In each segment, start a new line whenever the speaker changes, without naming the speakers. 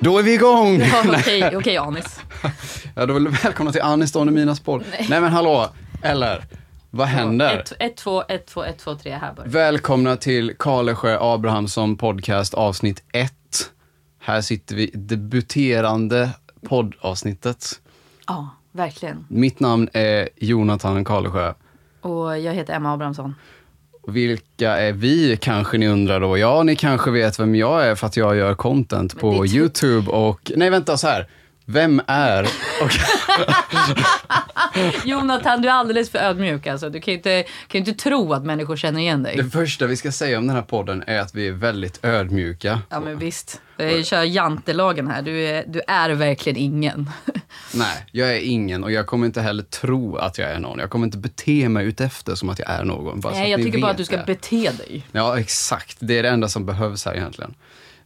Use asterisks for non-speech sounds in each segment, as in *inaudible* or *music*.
Då är vi igång! *laughs*
Ja, Okej, okej, Anis.
Ja, då vill du välkomna till Anis Don Minas podd. Nej. men hallå, eller vad händer?
1, 2, 1, 2, 1, 2, 3 här börjar.
Välkomna till Karlesjö Abrahamsson podcast avsnitt 1. Här sitter vi, debuterande poddavsnittet.
Ja, verkligen.
Mitt namn är Jonathan Karlesjö.
Och jag heter Emma Abrahamsson.
Vilka är vi kanske ni undrar då? Ja, ni kanske vet vem jag är för att jag gör content
det
på
är typ-
YouTube och... Nej, vänta så här. Vem
*laughs*
är... Och,
*laughs* Jonathan, du är alldeles för ödmjuk alltså. Du kan ju inte, kan ju inte tro att människor känner igen dig.
det första vi ska säga om den här podden är att vi är väldigt ödmjuka.
Ja, men visst. Jag kör jantelagen här. Du är, du är verkligen ingen. *laughs*
Nej, jag är ingen och jag kommer inte heller tro att jag är någon. Jag kommer inte bete mig utefter som att jag är någon. Bara så
Nej,
att
jag
ni
tycker bara
vet
att du ska
det.
bete dig.
Ja, exakt. Det är det enda som behövs här egentligen.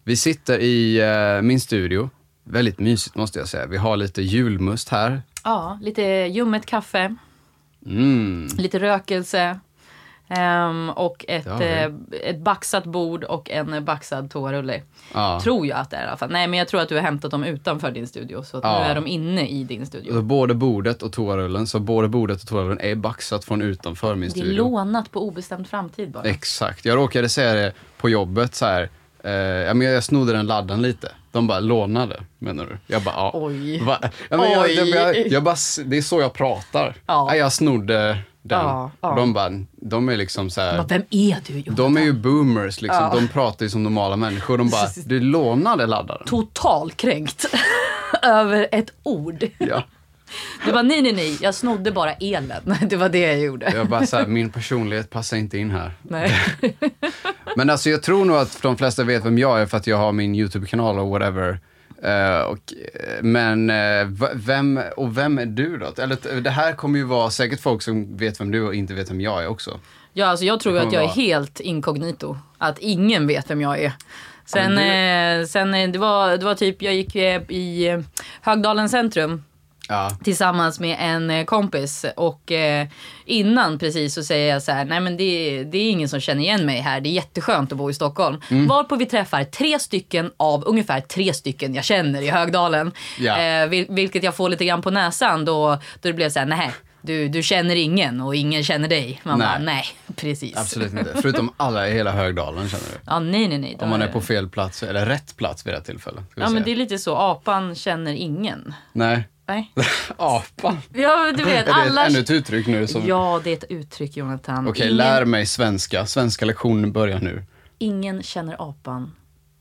Vi sitter i eh, min studio. Väldigt mysigt måste jag säga. Vi har lite julmust här.
Ja, lite ljummet kaffe,
Mm.
lite rökelse. ehm, och ett,
Det har vi.
eh, ett baxat bord och en baxad toarulle.
Ja.
Tror jag att det är i alla fall. Nej men jag tror att du har hämtat dem utanför din studio. Så att
Ja.
nu är de inne i din studio.
Och Både bordet och toarullen, så både bordet och toarullen är baxat från utanför min
Det är
studio.
lånat på obestämd framtid bara.
Exakt. Jag råkade säga det på jobbet så här. Eh, ja, men jag snodde den laddan lite. De bara lånade, menar du? Jag bara, ja.
Oj.
Va? Ja, men jag,
Oj.
jag, jag, jag bara, s- det är så jag pratar.
Ja.
Nej, Jag snodde den.
Ja, ja.
De bara, de är liksom så här.
Men vem är du Jonathan?
De är ju boomers liksom.
Ja.
De pratar ju som normala människor. De bara, du lånade laddaren.
Totalkränkt *laughs* över ett ord.
Ja.
Du bara nej, nej, nej, jag snodde bara elen. *laughs* Det var det jag gjorde.
Jag bara så här, min personlighet passar inte in här.
*laughs* Nej.
Men alltså jag tror nog att de flesta vet vem jag är för att jag har min YouTube-kanal och whatever. Eh, och, eh, men eh, v- vem, och vem är du då? Eller t- det här kommer ju vara säkert folk som vet vem du och inte vet vem jag är också.
Ja, alltså jag tror ju
Det
att jag är
kommer
helt inkognito. Att ingen vet vem jag är. Sen,
Ja,
eh, sen eh, det, var, det var typ, jag gick eh, i eh, Högdalen centrum
Ja.
tillsammans med en eh, kompis och eh, innan precis så säger jag så här, nej men det, det är ingen som känner igen mig här, det är jätteskönt att bo i Stockholm.
Mm.
Varpå vi träffar tre stycken av ungefär tre stycken jag känner i Högdalen.
Ja.
Eh, vil, vilket jag får lite grann på näsan då, då det blev så här, nej du, du känner ingen och ingen känner dig. Man
Nej.
bara, nej precis.
Absolut inte. Förutom alla i hela Högdalen känner du.
Ja, nej nej nej.
Om man är på fel plats, eller rätt plats vid det här tillfället. ska vi
Ja men
säga.
det är lite så, apan känner ingen.
Nej. *laughs*
Nej.
Apan.
Ja men du vet,
Är det
alla...
ett, ännu ett uttryck nu? Som...
Ja, det är ett uttryck Jonathan.
Okej,
Ingen-
lär mig svenska. Svenska lektionen börjar nu.
ingen känner apan,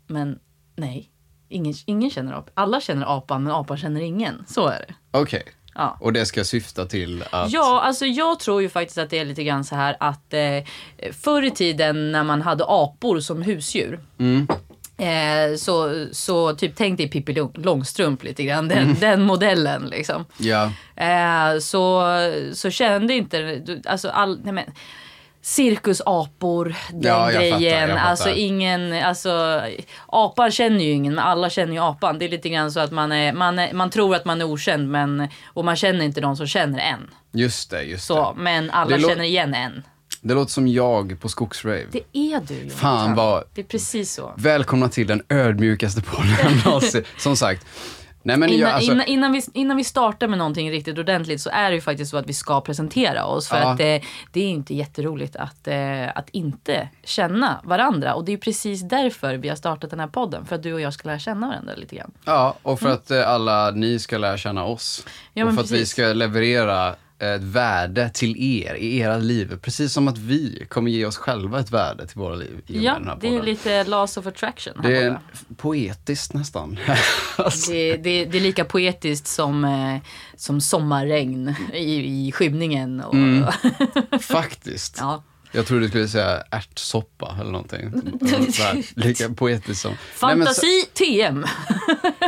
men nej. Ingen, ingen känner apan. Alla känner apan, men apan känner ingen. Så är det.
Okej.
Ja.
Och det ska syfta till att...
Ja, alltså jag tror ju faktiskt att det är lite grann så här att eh, förr i tiden när man hade apor som husdjur. Eh, så, så typ tänk dig Pippi Lång- Långstrump lite grann, den, den modellen liksom.
Ja.
Eh, så, så kände inte, alltså all, nej men, cirkusapor, den
Ja, jag fattar,
grejen.
jag fattar.
Alltså ingen, alltså apan känner ju ingen men alla känner ju apan. Det är lite grann så att man, är, man, är, man tror att man är okänd men, och man känner inte de som känner en.
Just det, just det.
Så, men alla
Det lå-
känner igen en.
Det låter som jag på skogsrave.
Det är du Jonathan.
Fan, vad-
Det är precis så.
Välkomna till den ödmjukaste
*laughs*
podden någonsin. Som sagt. Nej men
Innan,
jag, alltså,
innan, innan, vi, innan vi startar med någonting riktigt ordentligt så är det ju faktiskt så att vi ska presentera oss. För
Ja.
att eh, det är inte jätteroligt att, eh, att inte känna varandra. Och det är ju precis därför vi har startat den här podden. För att du och jag ska lära känna varandra lite grann.
ja, och för att eh, alla ni ska lära känna oss.
Mm. Ja,
och
men
för att vi
precis.
ska leverera eh, ett värde till er i era liv. Precis som att vi kommer ge oss själva ett värde till våra liv i och med
Ja,
den här
det är ju
podden.
lite laws of attraction här
det är
borta.
poetiskt nästan. *laughs* Alltså,
Det, det, det är lika poetiskt som, eh, som sommarregn i, i skymningen. Och,
Mm. Faktiskt.
*laughs* ja.
Jag trodde du skulle säga ärtsoppa eller
*laughs*
någonting. Något så här, Lika poetiskt som... Nej, men så-
Fantasi TM!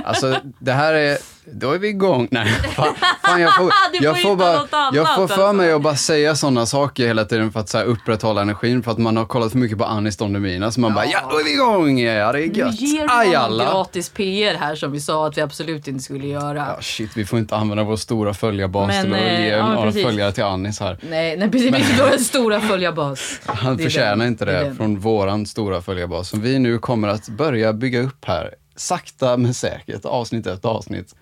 Alltså det här är, då är vi igång. Nej, fan, fan jag får,
*laughs* Du får
jag får
hitta
bara,
något annat,
jag får för
alltså.
mig att bara säga sådana saker hela tiden för att så här, upprätthålla energin för att man har kollat för mycket på Anis Don Demina så man bara, ja då är vi igång, ja det är
Nu
gött.
ger
Aj
du honom
alla.
gratis PR här som vi sa att vi absolut inte skulle göra.
Ja, shit, vi får inte använda vår stora följarbas
Men,
till att
eh,
ge
ja, men
några
precis.
följare till Anis här.
Nej, nej precis. Men... Vår stora följarbas.
Han
Det är
förtjänar
den.
inte
är
det
den.
från våran stora följarbas som vi nu kommer att börja bygga upp här sakta men säkert, avsnitt efter avsnitt.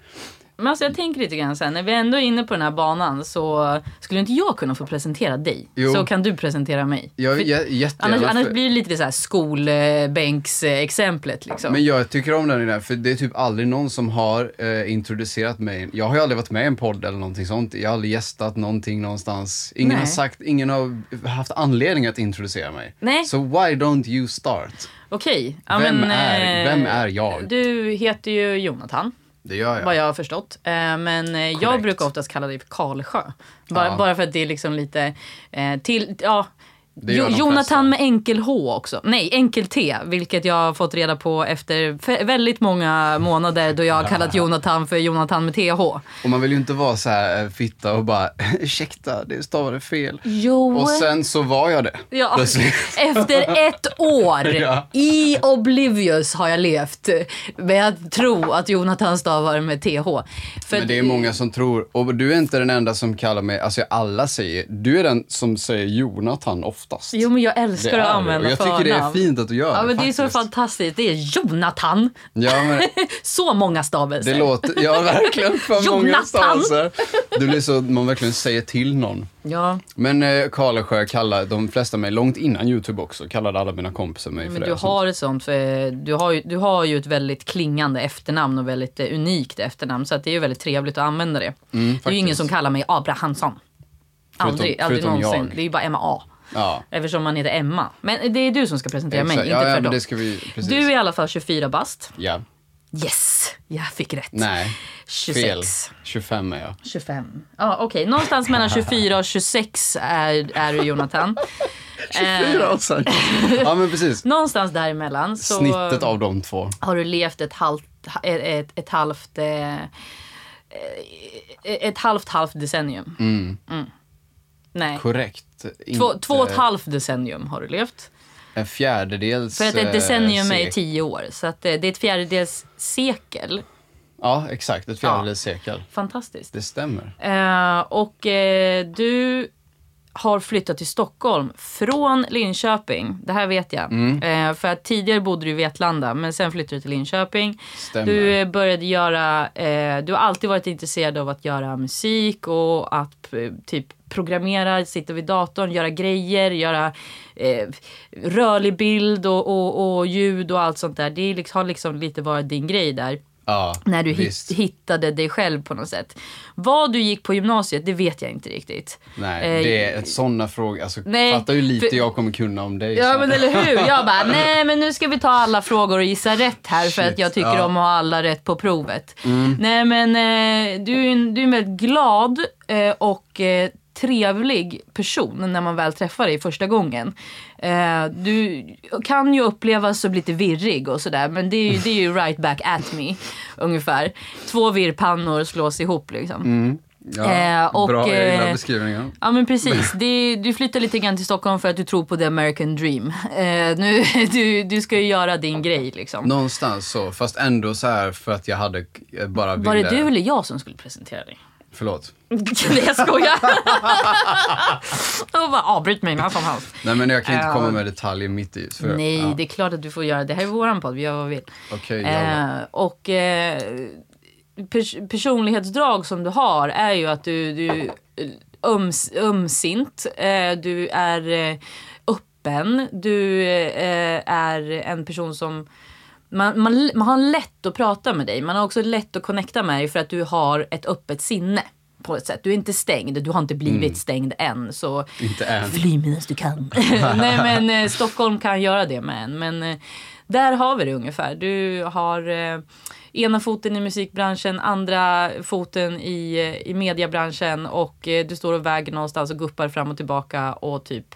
Men alltså jag tänker lite grann så här, när vi ändå är inne på den här banan så skulle inte jag kunna få presentera dig?
Jo.
Så kan du presentera mig.
Jag,
För-
jag, jättegärna,
annars, annars
för-
blir det lite så här skolbänksexemplet liksom.
Men jag tycker om den idén, för det är typ aldrig någon som har eh, introducerat mig. Jag har ju aldrig varit med i en podd eller någonting sånt. Jag har aldrig gästat någonting någonstans. Ingen
Nej.
har sagt, ingen har haft anledning att introducera mig.
Nej.
Så why don't you start?
Okej. Ja,
Vem
men,
är-
eh,
vem är jag?
Du heter ju Jonathan,
Det gör jag.
vad jag har förstått. Eh, Men eh, jag
Korrekt.
brukar oftast kalla dig för Karlsjö. Bara,
Ja.
bara för att det är liksom lite eh, till... Ja,
Det gör
Jo-
de flesta.
Jonathan med enkel H också. Nej, enkel T, vilket jag har fått reda på efter fe- väldigt många månader då jag har kallat Jonathan för Jonathan med TH.
Och man vill ju inte vara så här eh, fitta och bara, *laughs* ursäkta, det stavade fel.
Jo.
Och sen så var jag det. *laughs*
Ja, *laughs*
Plötsligt.
efter ett år
*laughs* Ja.
i Oblivious har jag levt med att tro att Jonathan stavar med TH. För
Men det är många som tror, och du är inte den enda som kallar mig, alltså alla säger, du är den som säger Jonathan oftast.
Jo, men jag
Det
älskar
är
att
du.
använda
Och Jag tycker det är
förnamn.
fint att du gör
Ja,
det.
men det är så
faktiskt.
fantastiskt. Det är Jonathan.
Ja, men
*laughs* Så många
det
*laughs* stavelser.
låter... Ja, verkligen. För många
Jonathan!
stavelser. Det blir så att man verkligen säger till någon.
Ja,
Men eh, Karlsjö kallar de flesta mig, långt innan YouTube också, kallade alla mina kompisar mig för
men
det.
du
och sånt.
har ett sånt. För du, har ju, du har ju ett väldigt klingande efternamn och väldigt eh, unikt efternamn. Så att det är ju väldigt trevligt att använda det. det är ju
Mm, faktiskt.
ingen som kallar mig Abrahamsson. Aldrig,
Förutom-
aldrig
förutom
någonsin.
jag.
Det är ju bara MA.
Ja,
Eftersom man heter Emma. Men det är du som ska presentera
exakt.
mig, inte
ja, ja, men
tvärtom.
det ska vi... Precis.
Du är i alla fall 24 bast.
Ja.
Yes, jag fick rätt.
Nej.
26.
Fel. 25 är jag.
25. Ja, okej.
*laughs*
Någonstans mellan 24 och 26 är, är du Jonathan. Eh,
Fyra och sen... Ja, men precis.
*laughs* någonstans däremellan *laughs* så
alltså. Snittet av de två.
har du levt ett halvt, ett, ett, ett halvt, eh, eh, ett halvt, halvt decennium. Mm. Nej,
Korrekt.
två,
Inte
två och ett halvt decennium har du levt.
En fjärdedels...
För att
eh,
ett decennium är
sekel.
tio år. Så att eh, det är ett fjärdedels sekel.
Ja, exakt. Ett fjärdedels sekel.
Fantastiskt.
Det stämmer.
Eh, och eh, du har flyttat till Stockholm från Linköping. Det här vet jag. Eh, för att tidigare bodde du i Vetlanda men sen flyttade du till Linköping.
Stämmer.
Du eh, började göra, eh, du har alltid varit intresserad av att göra musik och att eh, typ programmera, sitta vid datorn, göra grejer, göra eh, rörlig bild och, och, och ljud och allt sånt där. Det är liksom, har liksom lite varit din grej där.
Ja,
När du
visst.
hit, hittade dig själv på något sätt. Vad du gick på gymnasiet, det vet jag inte riktigt.
Nej,
Eh,
det är ett sådana frågor. Alltså,
Nej,
fattar ju lite
för-
jag kommer kunna om dig.
Ja
så.
men eller hur.
*laughs*
Jag bara, nej men nu ska vi ta alla frågor och gissa rätt här för
Shit,
att jag tycker
ja. Mm.
om att ha alla rätt på provet. Nej men eh, du är ju en, du är en väldigt glad eh, och eh, trevlig person när man väl träffar dig första gången. Eh, du kan ju upplevas som lite virrig och sådär men det är, ju, det är ju right back
*laughs*
at me ungefär. Två virrpannor slås ihop liksom.
Mm. Ja,
eh, och,
bra, jag gillar
eh,
beskrivningen.
Ja men precis. Det, du flyttar lite grann till Stockholm för att du tror på the American dream. Eh, nu, *laughs* du, du ska ju göra din grej liksom.
Någonstans så, fast ändå så här för att jag hade jag bara ville...
Var det du eller jag som skulle presentera dig? *laughs*
Förlåt.
Nej jag skojar. Och bara avbryt mig när som helst.
Nej men jag kan inte
Eh,
komma med detaljer mitt i. För,
Nej
ja.
det är klart att du får göra det. Det här är våran podd, vi gör vad vi vill.
Okej, jävlar.
Eh, och eh, pers- personlighetsdrag som du har är ju att du, du öms, ömsint, eh, du är eh, öppen, du eh, är en person som man, man, man har lätt att prata med dig. Man har också lätt att connecta med dig för att du har ett öppet sinne. På ett sätt. Du är inte stängd, du har inte blivit stängd än. Så
Inte än.
Fly medan du kan. Nej men eh, Stockholm kan göra det med en. Men eh, där har vi det ungefär. Du har eh, ena foten i musikbranschen, andra foten i, eh, i mediebranschen och eh, du står och väger någonstans och guppar fram och tillbaka och typ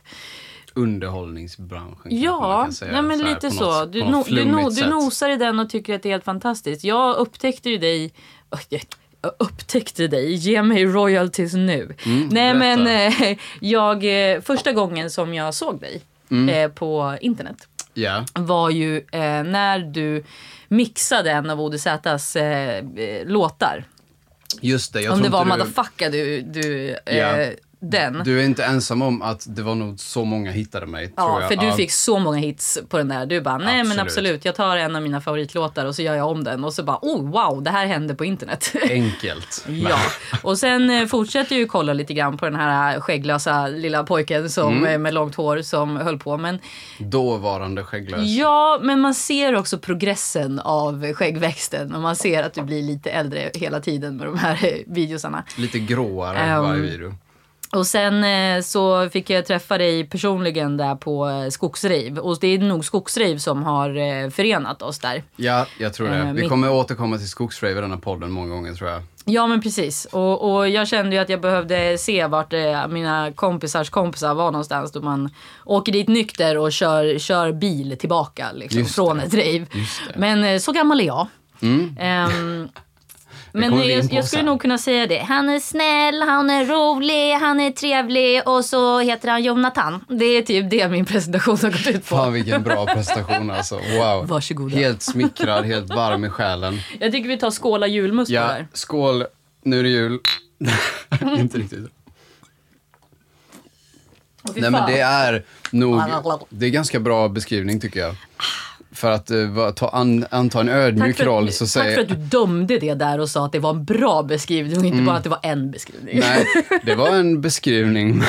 Underhållningsbranschen kanske man
Ja,
kan säga,
nej men
så här,
lite
på
så.
något-
du,
på något
no, du, no,
flummigt
du
sätt.
nosar i den och tycker att det är helt fantastiskt. Jag upptäckte ju dig... Oj, jag- jag upptäckte dig. Ge mig royalties nu. nej
Mm, berätta.
men eh, jag... eh, Första gången som jag såg dig
Mm.
eh, på internet
Ja,
var ju eh, när du mixade en av ODZs eh, eh, låtar.
just det. Jag
Om
tror
det var
inte du...
Madafaka du, du
Ja.
eh, den.
Du är inte ensam om att det var nog så många hittade mig.
Ja,
tror jag.
för du fick så många hits på den där. Du bara, nej men
Absolut.
absolut, jag tar en av mina favoritlåtar och så gör jag om den. Och så bara, oh wow, det här hände på internet. *laughs*
Enkelt. Men-
Ja, och sen eh, fortsätter jag ju kolla lite grann på den här eh, skägglösa lilla pojken som,
Mm.
eh, med långt hår som höll på. Men,
Dåvarande skägglös.
ja, men man ser också progressen av skäggväxten och man ser att du blir lite äldre hela tiden med de här eh, videosarna.
Lite gråare
Ehm,
än varje video.
Och sen eh, så fick jag träffa dig personligen där på eh, Skogsriv och det är nog Skogsriv som har eh, förenat oss där.
Ja, jag tror
eh,
det. Vi
mitt-
kommer återkomma till skogsrave i denna podden många gånger tror jag.
Ja men precis. Och, och jag kände ju att jag behövde se vart eh, mina kompisars kompisar var någonstans. Då man åker dit nykter och kör, kör bil tillbaka liksom,
Just Mm.
från ett rave. Men eh, så gammal är jag. Ehm,
kommer
men
vi in
jag,
på
jag skulle
sen.
nog kunna säga det. Han är snäll, han är rolig, han är trevlig och så heter han Jonathan. Det är typ det min presentation har gått ut på.
Fan vilken bra
*laughs*
prestation alltså. Wow.
Varsågoda.
Helt smickrad, helt varm i själen.
Jag tycker vi tar skåla julmust på det
Ja,
här.
skål. Nu är det jul. *laughs* Inte riktigt.
Åh, fy
Nej men
fan.
det är nog,
Blablabla.
det är ganska bra beskrivning tycker jag. För att eh, va- ta an, anta en ödmjuk roll så
tack för
säger...
att du dömde det där och sa att det var en bra beskrivning och inte bara att det var en beskrivning.
Mm. Nej, det var en beskrivning.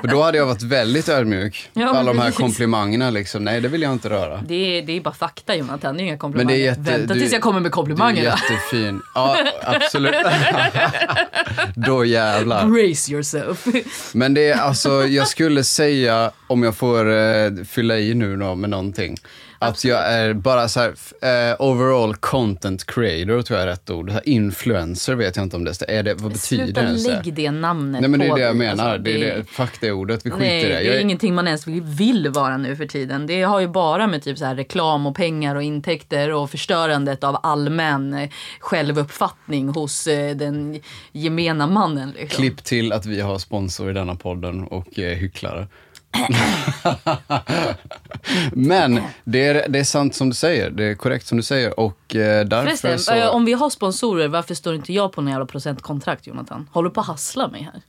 För då hade jag varit väldigt ödmjuk.
Ja, men
alla de här
precis.
komplimangerna liksom. Nej, det vill jag inte röra.
*laughs* Det är, det är bara fakta Jonathan, det är inga
Men
komplimanger.
det är jätte,
Vänta
du-
tills jag kommer med komplimanger.
Du är
*laughs* då.
jättefin. Ja, absolut.
*laughs*
Då jävlar.
Brace yourself.
Men det är alltså, jag skulle säga, om jag får eh, fylla i nu då med någonting, att jag är bara så här, f- eh, overall content creator tror jag är rätt ord. Så här, influencer vet jag inte om det är, det, vad betyder
Sluta
ens det?
lägg det namnet
Nej men det är
på
det jag
dig.
menar,
Alltså,
det är det, fuck det ordet, vi skiter
Nej,
i det.
det
Jag
är ingenting man ens vill, vill vara nu för tiden. Det har ju bara med typ så här reklam och pengar och intäkter och förstörandet av allmän eh, självuppfattning hos eh, den gemena mannen. Liksom.
Klipp till att vi har sponsor i denna podden och eh, hycklare. *laughs* Men det är, det är sant som du säger, det är korrekt som du säger och eh, därför
Förresten,
så...
eh, om vi har sponsorer, varför står inte jag på någon jävla procentkontrakt Jonathan? Håller du på att hassla mig här?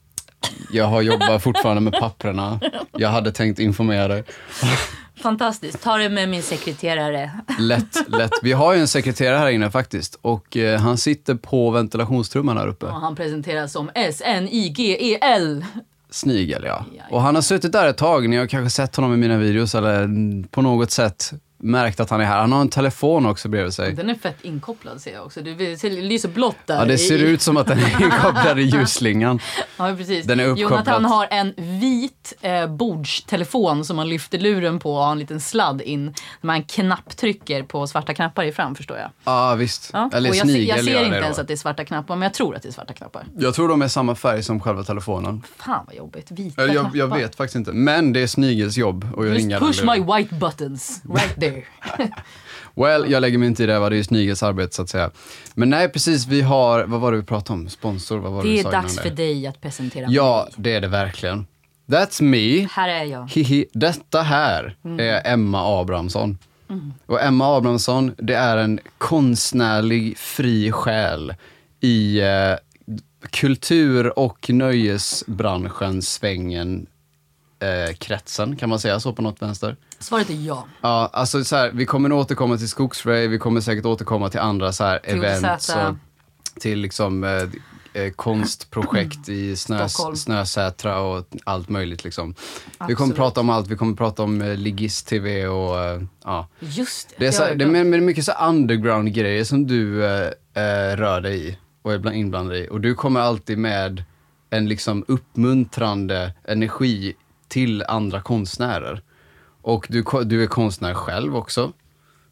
Jag har jobbat fortfarande med
*laughs*
papperna. Jag hade tänkt informera dig.
Fantastiskt, ta det med min sekreterare.
Lätt, lätt. Vi har ju en sekreterare här inne faktiskt och eh, han sitter på ventilationstrumman här uppe.
*laughs* Och han presenteras som S-N-I-G-E-L.
Snigel ja. Och han har suttit där ett tag. Ni har kanske sett honom i mina videos eller mm, på något sätt märkt att han är här. Han har en telefon också bredvid sig.
Den är fett inkopplad ser jag också. Det ser- det lyser blått där.
Ja, det ser
i-
ut som att den
*laughs*
är inkopplad i ljusslingan.
Ja, precis.
Den är uppkopplad.
Jonathan har en vit eh, bordstelefon som man lyfter luren på och har en liten sladd in. När man knapptrycker på svarta knappar i fram förstår jag.
Ja, visst.
Ja.
Eller
och jag, se-
snigel
jag
gör
ser
det
inte
då.
ens att det är svarta knappar men jag tror att det är svarta knappar.
Jag tror de är samma färg som själva
*laughs*
telefonen.
Fan vad jobbigt. Vita
Eller Jag,
knappar.
jag vet faktiskt inte. Men det är Snigels jobb och jag
Just
ringar
push
aldrig.
my white buttons
*laughs*
right there.
Well, jag lägger mig inte i det, va? det är ju Snigels arbete så att säga. Men nej, precis, vi har, vad var det vi pratade om? Sponsor, vad var det,
Det
vi
är
sa
dags
innan
för
det?
dig att presentera
Ja,
mig.
det är det verkligen. That's me.
Här är jag.
Hihi. Detta här är Emma Abrahamsson. Och Emma Abrahamsson, det är en konstnärlig fri själ i eh, kultur och nöjesbranschen, svängen, eh, kretsen. Kan man säga så på något vänster?
Svaret är ja.
Ja, alltså så här, vi kommer nog återkomma till Skogsray, vi kommer säkert återkomma till andra så här
Till
event.
Sätra.
Så, till liksom eh, eh, konstprojekt i snö,
Mm. Stockholm.
Snösätra och allt möjligt liksom. Vi kommer
Absolut.
prata om allt, vi kommer prata om eh, Ligist-TV och eh, ja.
Just det.
Det är, så,
har
här,
jag
det är
glömt.
men- men mycket så här underground-grejer som du eh, eh, rör dig i och är bland- inblandad i. Och du kommer alltid med en liksom uppmuntrande energi till andra konstnärer. Och du, ko- du är konstnär själv också.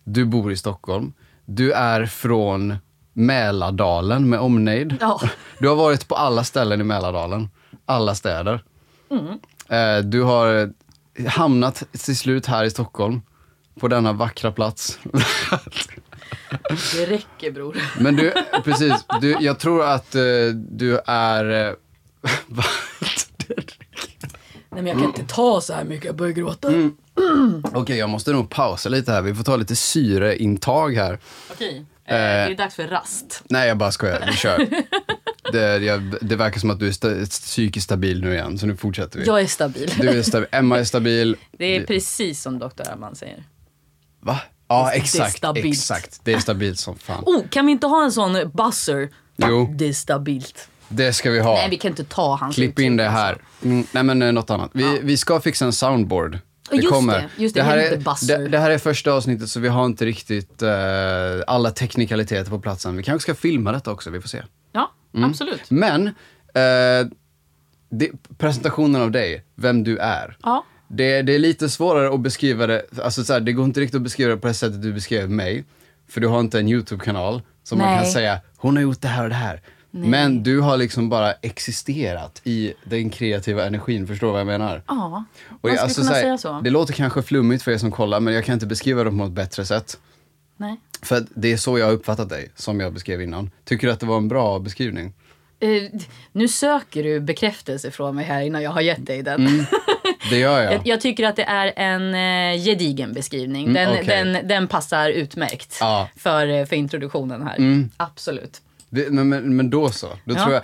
Du bor i Stockholm. Du är från Mälardalen med omnejd.
Ja.
Du har varit på alla ställen i Mälardalen. Alla städer. Eh, Du har hamnat till slut här i Stockholm, på denna vackra plats. *laughs*
Det räcker bror.
Men du, precis, du, jag tror att eh, du är... eh, *laughs* va?
Nej men jag kan inte ta så här mycket, jag börjar gråta.
Mm. Okej, jag måste nog pausa lite här. Vi får ta lite syreintag här.
Okej, eh, det är dags för rast.
Nej, jag bara skojar. Vi kör. det, jag, det verkar som att du är sta, psykiskt stabil nu igen, så nu fortsätter vi.
Jag är stabil.
Du är stabil, Emma är stabil.
Det är precis som doktor Arman säger.
Va? Ja,
Det är
exakt.
stabilt.
Exakt. Det är stabilt som fan.
Oh, kan vi inte ha en sån buzzer?
Jo.
Det är stabilt.
Det ska vi ha.
Nej, vi kan inte ta hans
Klipp in
uttryck,
det här. Mm, nej, men eh, något annat. Vi, vi ska fixa en soundboard. Det
just
kommer.
det, just det,
här
det är
är,
inte buzzer.
det, det här är första avsnittet så vi har inte riktigt eh, alla teknikaliteter på platsen. Vi kanske ska filma detta också, vi får se.
Ja,
Mm.
absolut.
Men eh, det, presentationen av dig, vem du är.
Ja.
Det, det är lite svårare att beskriva det, alltså så här, det går inte riktigt att beskriva det på det sättet du beskrev mig. För du har inte en YouTube-kanal som man
Nej.
kan säga, hon har gjort det här och det här. Men du har liksom bara existerat i den kreativa energin, förstår du vad jag menar?
Ja, man
Och jag- alltså
skulle
så
kunna
här,
säga så.
Det låter kanske flummigt för er som kollar, men jag kan inte beskriva det på något bättre sätt.
Nej.
För att det är så jag har uppfattat dig, som jag beskrev innan. Tycker du att det var en bra beskrivning?
Eh, nu söker du bekräftelse från mig här innan jag har gett dig den.
Mm. Det gör jag.
*laughs* Jag, jag tycker att det är en eh, gedigen beskrivning. Den,
Mm, okej.
den, den passar utmärkt
Ja. Mm.
för, eh, för introduktionen här. Absolut.
Det, men, men, men då så. Då
Ja.
tror jag,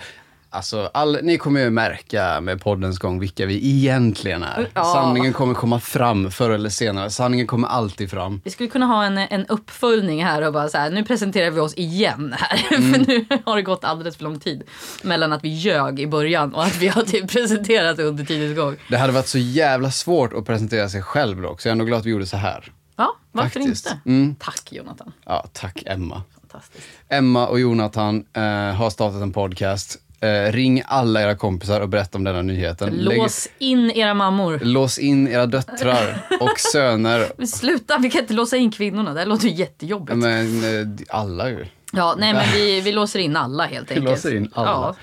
alltså, all, ni kommer ju märka med poddens gång vilka vi egentligen är.
Ja.
Sanningen kommer komma fram förr eller senare. Sanningen kommer alltid fram.
Vi skulle kunna ha en, en uppföljning här och bara så här, nu presenterar vi oss igen här. *laughs*
Mm.
för nu har det gått alldeles för lång tid mellan att vi ljög i början och att vi har typ *laughs* presenterat under tidens gång.
Det hade varit så jävla svårt att presentera sig själv dock, så jag är ändå glad att vi gjorde så här.
Ja, varför
Faktiskt. Mm.
inte? Tack Jonathan.
Ja, tack Emma.
Fantastiskt.
Emma och Jonathan eh, har startat en podcast. Eh, ring alla era kompisar och berätta om denna nyheten.
Lås in era mammor.
Lägg, lås in era döttrar och *laughs* söner.
Men Sluta, vi kan inte låsa in kvinnorna. Det här låter ju jättejobbigt.
Men eh, alla ju.
Ja, nej men vi, vi låser in alla
*laughs*
helt enkelt.
låser in alla.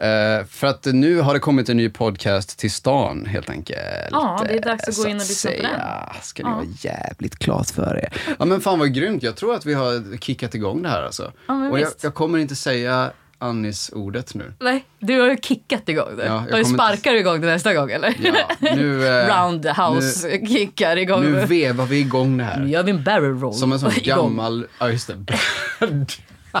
Ja.
Eh, för att nu har det kommit en ny podcast till stan helt enkelt.
Ja, det är dags att
Så
gå in och lyssna på
säga ska ni vara jävligt klart för er. Ja men fan vad grymt, jag tror att vi har kickat igång det här alltså.
Ja, men
och jag,
visst.
jag kommer inte säga Annis-ordet nu.
Nej, du har ju kickat igång det.
Ja, jag
du
kommer inte-
sparkar du igång det nästa gång eller?
Ja,
*laughs*
nu, eh,
Roundhouse-kickar igång
nu, nu
det.
vevar vi igång det
Nu
här.
gör vi en barrel roll.
Som en sån
*laughs* igång.
gammal, ja just det. *laughs*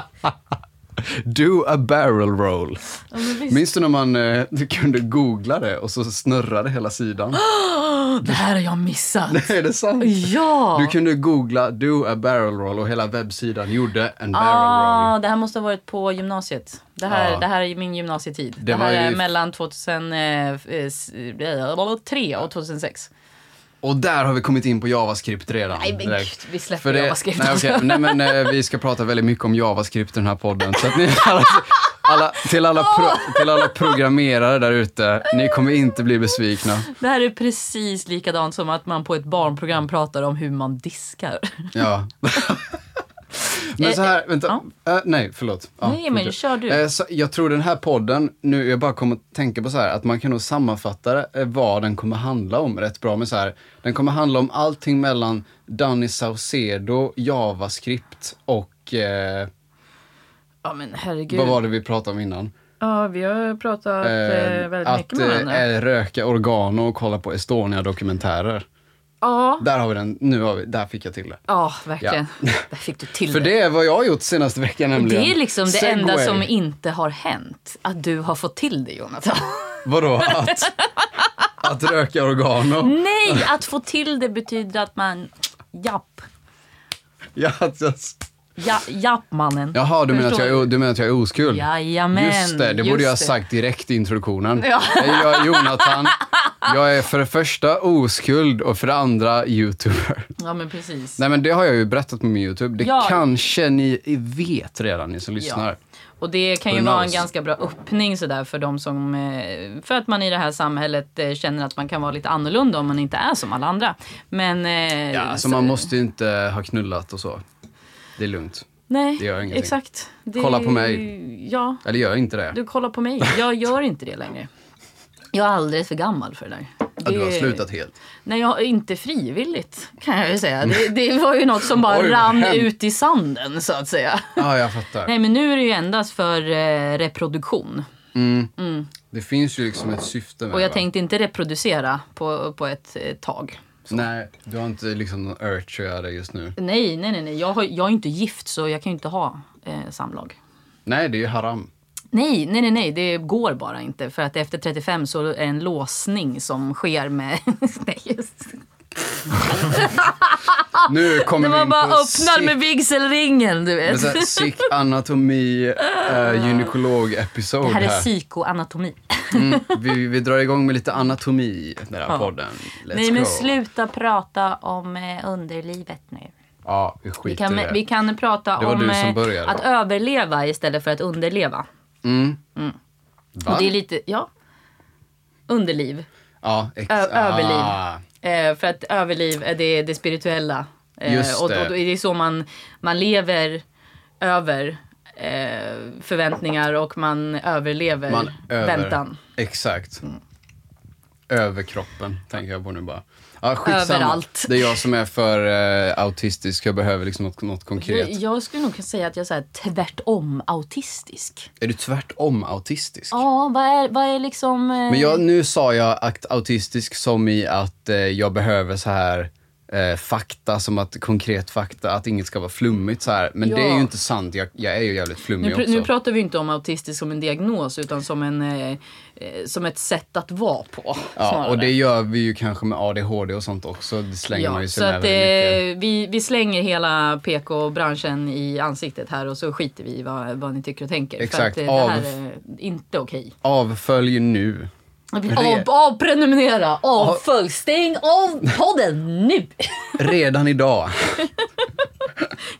Do a barrel roll.
Ja, men visst.
Minns du när man eh, du kunde googla det och så snurrade hela sidan?
Det här har
*laughs*
jag missat.
är det sant?
Ja!
Du kunde googla do a barrel roll och hela webbsidan gjorde en barrel roll.
Ah, det här måste ha varit på gymnasiet. Det här,
Ja.
det här är min gymnasietid. Det,
var
här
ju-
är mellan eh, 2003 eh, och 2006.
Och där har vi kommit in på JavaScript redan.
Nej, men
direkt.
gud, vi släpper
För det-
JavaScript
Nej, okej.
alltså.
nej, men eh, vi ska prata väldigt mycket om JavaScript i den här podden. Så att ni, *laughs* alla, alla, till, alla pro, till alla programmerare där ute, ni kommer inte bli besvikna.
Det här är precis likadant som att man på ett barnprogram pratar om hur man diskar. *laughs*
Ja. Men så här, vänta. Eh, nej, förlåt. Ja,
Nej, men
fortsätt.
kör du.
Eh, så, jag tror den här podden, nu jag bara kommer att tänka på så här, att man kan nog sammanfatta det, eh, vad den kommer handla om rätt bra med så här. Den kommer handla om allting mellan Danny Saucedo, JavaScript och eh,
Ja men herregud.
vad var det vi pratade om innan?
Ja, vi har pratat eh, väldigt
att
mycket med varandra.
eh, röka oregano och kolla på Estonia-dokumentärer.
ja,
Där har vi den, nu har vi, där fick jag till det.
ja, verkligen.
*laughs*
Där fick du till
För det är vad jag har gjort senaste veckan nämligen.
Mm. Det är liksom det enda
Segway.
som inte har hänt. Att du har fått till det Jonathan.
Vadå? Att, att röka
Mm.
oregano?
*laughs* Nej, att få till det betyder att man... Japp.
Ja, att jag...
Ja, japp mannen.
Jaha, du menar, att jag, är o- du menar att jag är oskuld?
Jajamän,
Just det, det
just
borde jag ha
det.
sagt direkt i introduktionen.
Ja.
Hej, Jag är Jonathan. Jag är för det första oskuld och för det andra youtuber.
Ja men precis.
Nej men det har jag ju berättat på min youtube. Det
Ja.
kanske ni vet redan, ni som lyssnar.
Ja. Och det kan ju
Who
vara en
knows?
ganska bra öppning sådär för de som, eh, för att man i det här samhället eh, känner att man kan vara lite annorlunda om man inte är som alla andra. Men... eh,
Ja, så
så-
man måste ju inte ha knullat och så. Det är lugnt.
Nej,
det gör ingenting.
exakt. Det-
Kolla på mig.
Ja,
Eller gör inte det.
du kollar på mig. Jag gör inte det längre. Jag är alldeles för gammal för det där.
Ja, du har
Det-
slutat helt.
Nej, jag, inte frivilligt kan jag ju säga. Det, det var ju något som bara
Oj, vad
rann
hemskt.
ut i sanden så att säga.
Ja, jag fattar.
Nej, men nu är det ju endast för eh, reproduktion.
Det finns ju liksom ett syfte med
Och jag
va?
tänkte inte reproducera på, på ett eh, tag.
Nej, du har inte liksom någon urge att göra det just nu.
Nej, nej, nej. nej. Jag, har, jag är ju inte gift så jag kan ju inte ha eh, samlag.
Nej, det är ju haram.
Nej, nej, nej, nej, det går bara inte. För att efter 35 så är det en låsning som sker med... *laughs* nej, just.
Nu kommer
När
vi in
man Ah, bara
på
öppnar
sick-
med vigselringen, du
det är
*laughs* vet.
så här sick anatomi uh, gynekolog-episod
Ah. Det
här.
här är psykoanatomi.
Mm, vi, vi drar igång med lite anatomi i den här
Ja.
podden. Let's
Nej, men
go.
sluta prata om eh, underlivet nu.
Ja, vi
Vi
skiter i
kan,
det.
vi kan prata
Det var
om
du som
eh,
började.
att överleva istället för att underleva.
Mm. Va?
Och det är lite, ja. Underliv.
Ja, ex-
Ö- överliv.
Ah.
Eh, för att överliv är det, det spirituella. Eh,
Just
och, och,
det.
och det är så man, man lever över eh, förväntningar och man överlever
Man över...
väntan. Mm.
Exakt. Över kroppen, tänker jag på nu bara. Ja, skitsamma.
Överallt.
Det är jag som är för eh, autistisk. Jag behöver liksom något, något konkret.
Jag, jag skulle nog kunna säga att jag är så här tvärtom autistisk.
Är du tvärtom autistisk?
Ja, vad är, vad är liksom... eh,
Men jag, nu sa jag att autistisk som i att eh, jag behöver så här eh, fakta, som att konkret fakta, att inget ska vara flummigt så här. Men
Ja.
det är ju inte sant. Jag, jag är ju jävligt flummig
Nu, pr-
också.
nu pratar vi inte om autistisk som en diagnos utan som, en, eh, eh, som ett sätt att vara på.
ja,
snarare.
och det gör vi ju kanske med ADHD och sånt också. Det slänger man
Ja,
ju
så
sig med
att, eh,
väldigt mycket.
vi, vi slänger hela PK-branschen i ansiktet här och så skiter vi i vad, vad ni tycker och tänker.
Exakt,
För att, eh, det
av-
här är inte okej.
Avfölj nu. Re-
Av, avprenumerera, avfölj, stäng av podden nu!
Redan
*laughs*
idag.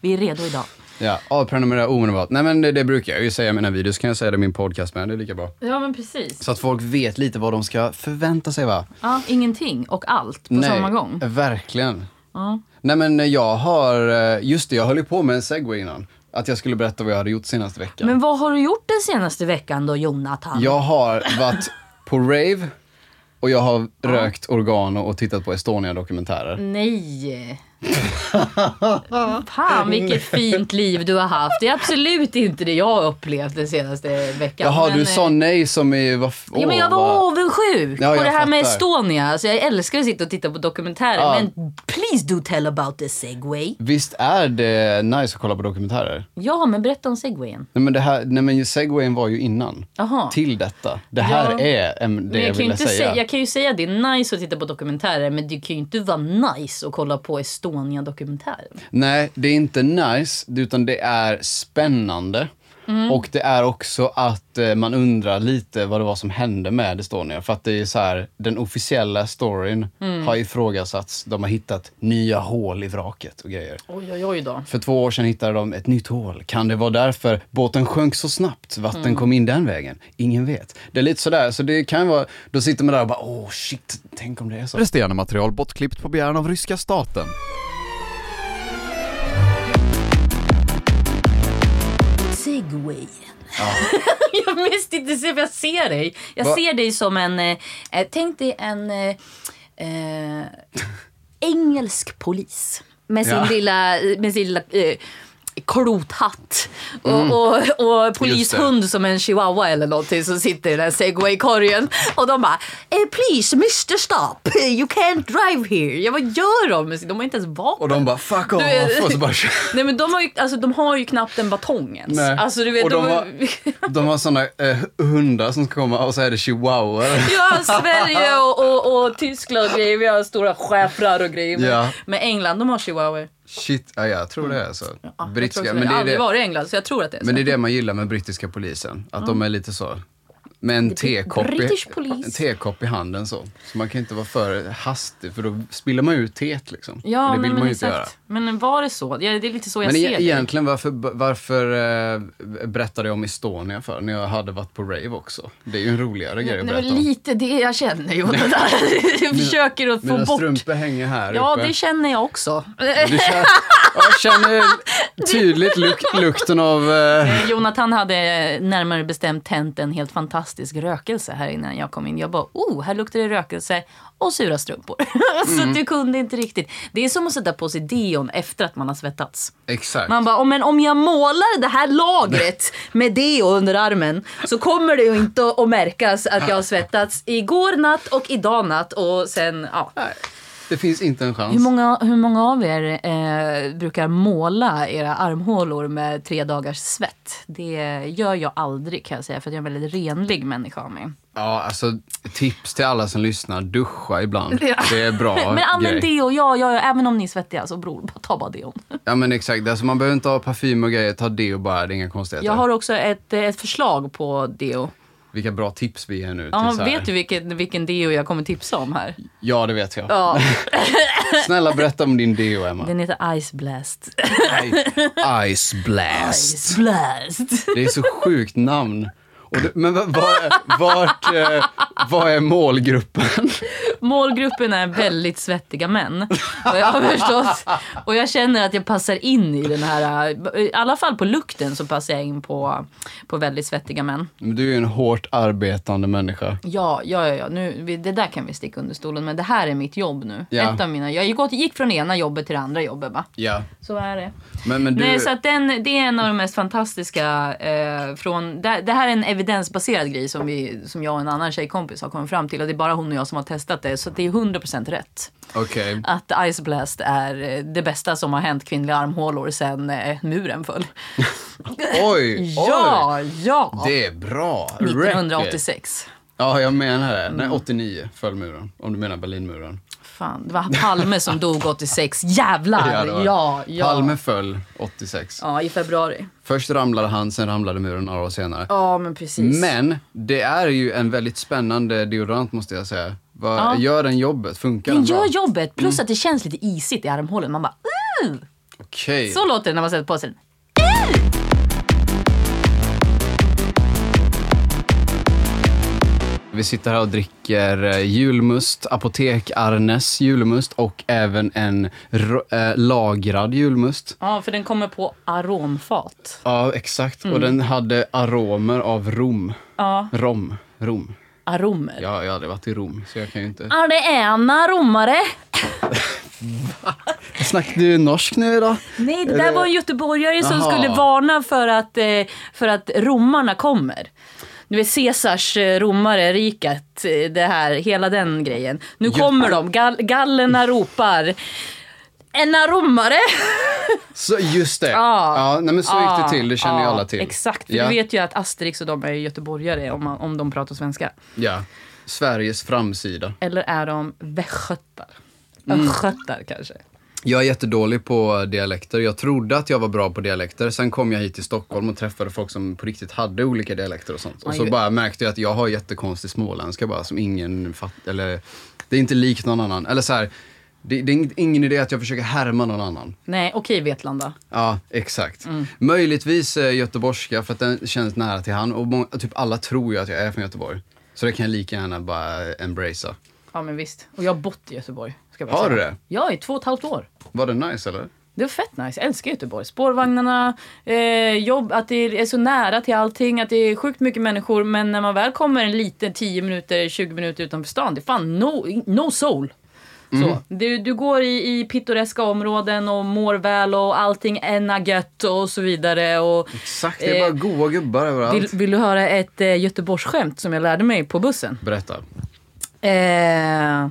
Vi är redo idag.
Ja, avprenumerera omedelbart. Nej men det, det brukar jag ju säga i mina videos, kan jag säga det i min podcast med, det är lika bra.
Ja men precis.
Så att folk vet lite vad de ska förvänta sig va?
Ja, ingenting och allt på samma gång.
verkligen.
Ja.
Nej men jag har, eh, just det jag höll ju på med en segway innan. Att jag skulle berätta vad jag hade gjort senaste veckan.
Men vad har du gjort den senaste veckan då Jonathan?
Jag har varit på rave och jag har rökt organ och tittat på Estonia-dokumentärer.
Mm. Nej.
*laughs* Mm.
Fan vilket fint liv du har haft. Det är absolut inte det jag har upplevt den senaste veckan.
Jaha,
men, eh,
du sa nej som i... Vad, f-
Ja, men jag
åh,
var
vad-
avundsjuk
Ja, jag
på det här med
fattar.
Estonia. Alltså, jag älskar att sitta och titta på dokumentärer.
Ja.
Men please do tell about the segway.
Visst är det nice att kolla på dokumentärer?
Ja, men berätta om segwayen.
Nej men, det här, nej, men segwayen var ju innan.
Jaha.
Till detta. Det här
Ja.
är äm, det
Men
jag,
jag, kan ju
ville
inte
säga.
säga, jag kan ju säga att det är nice att titta på dokumentärer men det kan ju inte vara nice att kolla på Estonia-dokumentären.
Nej, det är inte nice, utan det är spännande. Och det är också att eh, man undrar lite vad det var som hände med Estonia. För att det är så här, den officiella storyn har ifrågasatts. De har hittat nya hål i vraket och grejer.
Oj, oj, oj då.
För två år sedan hittade de ett nytt hål. Kan det vara därför båten sjönk så snabbt? Vatten kom in den vägen? Ingen vet. Det är lite sådär, så det kan vara... Då sitter man där och bara åh shit, tänk om det är så. Resterande material bortklippt på begäran av ryska staten.
Segway. *laughs* jag visste inte se för jag ser dig. Jag
Va?
ser dig som en, eh, eh, tänk dig en eh, eh, engelsk polis. Med sin
Ja.
lilla, med sin lilla eh, klothatt. Och,
Mm.
och, och polishund som en chihuahua eller någonting som sitter i den här segway-korgen. Och de bara eh, “Please Mr Stop, you can't drive here”. Ja, vad gör de? med sin- De har inte ens vapen.
Och de bara fuck off!
är-
Och så bara,
Nej men de har ju, alltså, de har ju knappt en batong ens.
Nej.
Alltså, du vet,
och de,
har-
har, de har såna eh, hundar som ska komma och så är det chihuahua.
*laughs* Ja, Sverige och, och, och Tyskland och grejer. Vi har stora schäfrar och grejer. Men,
Ja.
men England, de har chihuahua.
Shit, ja, jag tror det är så.
Mm. Ja, jag,
Brittiska,
tror också det.
men
jag
det
har
är
aldrig
det,
varit i England så jag tror att det är så.
men det är det man gillar med brittiska polisen. Att de är lite så. Med en
blir
tekopp i,
British police.
en tekopp i handen så. Så man kan inte vara för hastig för då spiller man ut teet liksom.
ja,
Och det
men,
vill
men
man ju inte göra.
exakt. Men var det så? Ja, det är lite så jag
Men e-
ser det.
egentligen varför, varför eh, berättade jag om Estonia för när jag hade varit på rave också? Det är ju en roligare grej att
Nej, men
berätta om.
lite det jag känner Jonathan. *laughs* Jag försöker att få
Mina
bort.
strumpor hänger här
Ja,
uppe.
det känner jag också.
Du känner, jag känner tydligt luk, lukten av... Eh,
Jonathan hade eh, närmare bestämt tänt en helt fantastisk rökelse här innan jag kom in. Jag bara, oh, här luktar det rökelse och sura strumpor. *laughs* så att du kunde inte riktigt. Det är som att sätta på sig deon efter att man har svettats.
exakt.
Man bara, oh, men om jag målar det här lagret med deo under armen så kommer det ju inte att märkas att jag har svettats igår natt och idag natt och sen, ja.
Det finns inte en chans.
Hur många, hur många av er eh, brukar måla era armhålor med tre dagars svett? Det gör jag aldrig kan jag säga, för att jag är en väldigt renlig människa av mig.
Ja, alltså tips till alla som lyssnar. Duscha ibland.
Ja.
Det är bra
Men använd
grej.
deo, ja, ja, ja, även om ni är svettiga så bror, bara ta bara deon.
Ja, men exakt. Alltså, man behöver inte ha parfym och grejer. Ta det och bara. Det är inga konstigheter.
Jag har också ett, eh, ett förslag på deo.
Vilka bra tips vi ger nu. till
Ja,
Typ så här-
vet du vilken, vilken deo jag kommer tipsa om här?
Ja, det vet jag.
Ja,
Snälla berätta om din deo, Emma.
den heter Ice Blast.
I- Ice Blast.
Ice Blast.
Det är så sjukt namn. Och det, men va- var, vart, eh, vad är målgruppen?
Målgruppen är väldigt svettiga män. Och jag har förstått. Och jag känner att jag passar in i den här, eh, i alla fall på lukten så passar jag in på, på väldigt svettiga män.
Men Du är ju en hårt arbetande människa.
Ja, ja, ja, ja. Nu, vi- det där kan vi sticka under stolen men det här är mitt jobb nu.
Ja.
Ett av mina, jag gick, åt- gick från ena jobbet till det andra jobbet va?
Ja.
Så är det.
Men, men du,
Nej, så att den, det är en av de mest fantastiska eh, från... Det, det här är en evidensbaserad grej som, vi, som jag och en annan tjejkompis har kommit fram till och det är bara hon och jag som har testat det så att det är 100% rätt.
okej.
*laughs* Att Ice Blast är eh, det bästa som har hänt kvinnliga armhålor sedan eh,
*laughs*
muren föll.
Oj, oj!
ja, ja!
Det är bra. Racket.
1986.
Ja, jag menar det. Nej, 89 föll muren. Om du menar Berlinmuren.
Fan, det var Palme som dog 86.
*laughs*
Jävlar!
det
Ja,
var-
ja.
Palme föll 86.
Ja, i februari.
Först ramlade han, sen ramlade muren några år senare.
Ja, men precis.
Men det är ju en väldigt spännande deodorant måste jag säga. Vad-
Ja.
Gör den jobbet? Funkar
Den
den bra?
gör jobbet, plus att det känns lite isigt i armhålen. Man bara "Uh!"
Okej.
Så låter det när man sätter på sig den.
Vi sitter här och dricker eh, julmust, Apotek Arnes julmust och även en r- eh, lagrad julmust.
Ja, för den kommer på aromfat.
Ja, exakt. Och den hade aromer av rom.
Ja,
Rom. Rom.
aromer.
Jag, jag har aldrig varit i Rom, så jag kan ju inte...
Ja, det är en aromare. Ah.
Snackar du norsk nu idag?
Nej, det där var en göteborgare som
Jaha.
skulle varna för att, eh, för att romarna kommer. Nu är Caesars eh, romare rikat, eh, det här, hela den grejen. Nu kommer de,
*laughs*
Gal- gallerna ropar. En aromare!
Så, just det!
Ja.
ja nej, men så gick
Ah,
det till, det känner ju
ah,
alla till.
Exakt, för
ja.
du vet ju att Asterix och de är ju göteborgare om, man- om de pratar svenska.
Ja. Sveriges framsida.
Eller är de västgötar?
Mm.
Östgötar kanske.
Jag är jättedålig på dialekter. Jag trodde att jag var bra på dialekter. Sen kom jag hit till Stockholm och träffade folk som på riktigt hade olika dialekter och sånt. Och
Oj.
så bara märkte jag att jag har jättekonstig småländska bara som ingen fattar. Eller det är inte likt någon annan. Eller så här, det, det är ing- ingen idé att jag försöker härma någon annan.
Nej, okej Vetlanda.
Ja, exakt.
Mm.
Möjligtvis eh, göteborgska för att den känns nära till han. Och många, typ alla tror ju att jag är från Göteborg. Så det kan jag lika gärna bara embracea.
Ja men visst. Och jag har bott i Göteborg. Ska jag bara
Har
säga.
du det?
Ja, i två och ett halvt år.
Var det nice eller?
Det var fett nice. Jag älskar Göteborg. Spårvagnarna, eh, jobb, att det är så nära till allting, att det är sjukt mycket människor. Men när man väl kommer en liten 10 minuter, 20 minuter utanför stan, det är fan no, no soul. Så, du, du går i, i pittoreska områden och mår väl och allting är nugget och så vidare. Och,
Exakt, det är bara
Eh,
goa gubbar överallt.
vill, vill du höra ett eh, Göteborgsskämt som jag lärde mig på bussen?
Berätta.
Eh,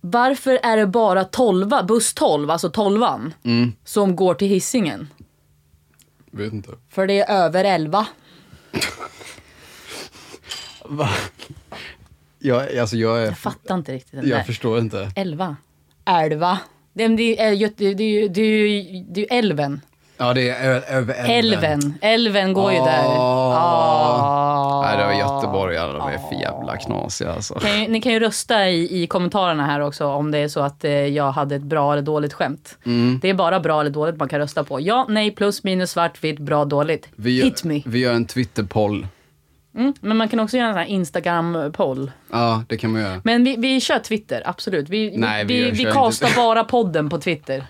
varför är det bara 12, buss 12, alltså 12 som går till hissingen?
Vet inte.
För det är över 11.
Va? Jag, alltså jag, är,
Jag fattar inte riktigt den
jag
där.
förstår inte.
11. Elva. Det är, det, är, Göte- det, är, ju- det, är, ju- det är ju älven.
Ja, det är ö- över
Älven. Älven går ju där.
Ah.
Ah.
Nej, det var göteborgare. De är för jävla knasiga alltså.
Kan ju, ni kan ju rösta i, i kommentarerna här också om det är så att eh, jag hade ett bra eller dåligt skämt.
Mm.
Det är bara bra eller dåligt man kan rösta på. Ja, nej, plus, minus, svart, vitt, bra, dåligt.
Vi gör,
Hit me.
Vi gör en Twitter-poll.
Mm. Men man kan också göra en sån här Instagram-poll.
Ja, det kan man göra.
Men vi, vi kör Twitter, absolut. Vi, vi-
Nej, vi
vi,
gör-
vi,
kör inte
castar
det.
bara podden på Twitter.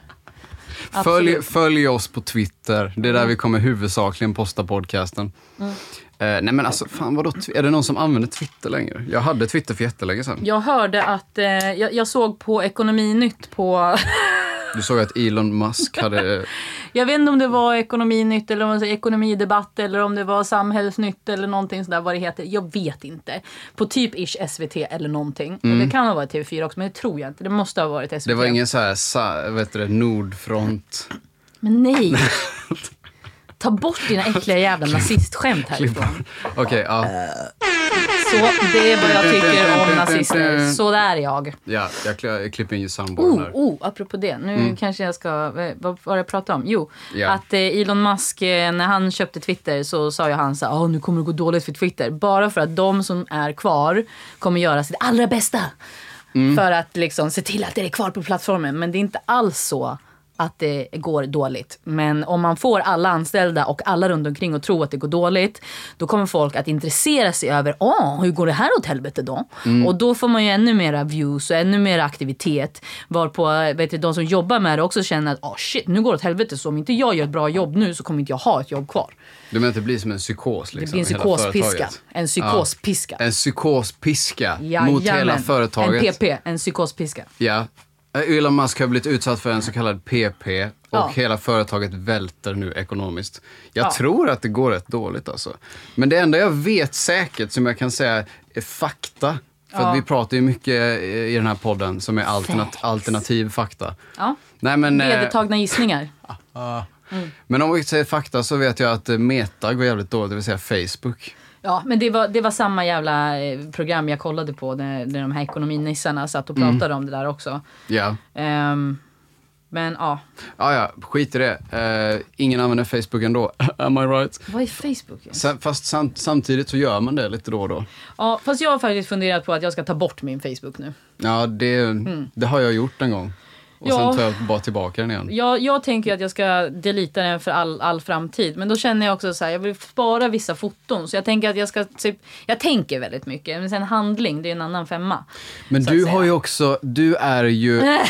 absolut.
Följ, följ oss på Twitter. Det är där vi kommer huvudsakligen posta podcasten.
Mm.
Eh, nej men alltså, fan vadå? Tw- Är det någon som använder Twitter längre? Jag hade Twitter för jättelänge sedan.
Jag hörde att, eh, jag, jag såg på *laughs* Ekonominytt på
Du såg att Elon Musk hade...
Jag vet inte om det var Ekonominytt eller om det var Ekonomidebatt eller om det var Samhällsnytt eller någonting sådär vad det heter. Jag vet inte. På typ ish SVT eller någonting. Det kan ha varit TV4 också men det tror jag inte. Det måste ha varit SVT.
Mm. Det var ingen så här, sa, vet du det, Nordfront. *laughs*
Men nej! Ta bort dina äckliga jävla nazistskämt härifrån.
Okej, ja.
Så det är vad jag tycker
*laughs*
om nazister. Så där är jag.
ja. Jag kli- jag klipper in sandboarden
Oh,
här.
oh, apropå det. Nu kanske jag ska... eh, Vad var det jag pratade om? Jo,
Ja.
att eh, Elon Musk, eh, när han köpte Twitter så sa ju han så här, "Ah, nu kommer det gå dåligt för Twitter. Bara för att de som är kvar kommer göra sitt allra bästa. För att liksom se till att det är kvar på plattformen. Men det är inte alls så att det går dåligt. Men om man får alla anställda och alla runt omkring att tro att det går dåligt, då kommer folk att intressera sig över ah, hur går det här åt helvete då?
Mm.
Och då får man ju ännu mera views och ännu mer aktivitet. Varpå eh, vet du, de som jobbar med det också känner att ah, shit, nu går det åt helvete. Så om inte jag gör ett bra jobb nu så kommer inte jag ha ett jobb kvar.
Du menar att det blir som en psykos?
Det
Liksom,
blir en
hela
psykospiska.
företaget?
En psykospiska.
En psykospiska mot
Jajamän.
hela företaget.
En PP, en psykospiska.
Ja. Elon Musk har blivit utsatt för en så kallad PP och
Ja.
hela företaget välter nu ekonomiskt. Jag
Ja.
tror att det går rätt dåligt alltså. Men det enda jag vet säkert som jag kan säga är fakta. För
Ja.
att vi pratar ju mycket i den här podden som är alternat- alternativ fakta.
Ja.
Nej, men, eh,
Vedertagna gissningar.
Ah. men om vi säger fakta så vet jag att eh, Meta går jävligt dåligt, det vill säga Facebook.
Ja, men det var, det var samma jävla eh, program jag kollade på när, när de här ekonominissarna satt och
Mm.
pratade om det där också.
Ja.
Ehm, men ja,
Ah, ja, skit i det. Eh, ingen använder Facebook ändå. *laughs* Am I right?
vad är Facebook? ens?
Sen, fast sam- samtidigt så gör man det lite då och då.
Ja, fast jag har faktiskt funderat på att jag ska ta bort min Facebook nu.
Ja, det, det har jag gjort en gång. Och
Mm. Ja.
sen tar jag bara tillbaka den igen.
Jag, jag tänker ju att jag ska delita den för all, all framtid. Men då känner jag också så här, jag vill spara vissa foton. Så jag tänker att jag ska, typ, jag tänker väldigt mycket. Men sen handling, det är en annan femma.
Men
så
du
att
har
säga.
ju också, du är ju, det,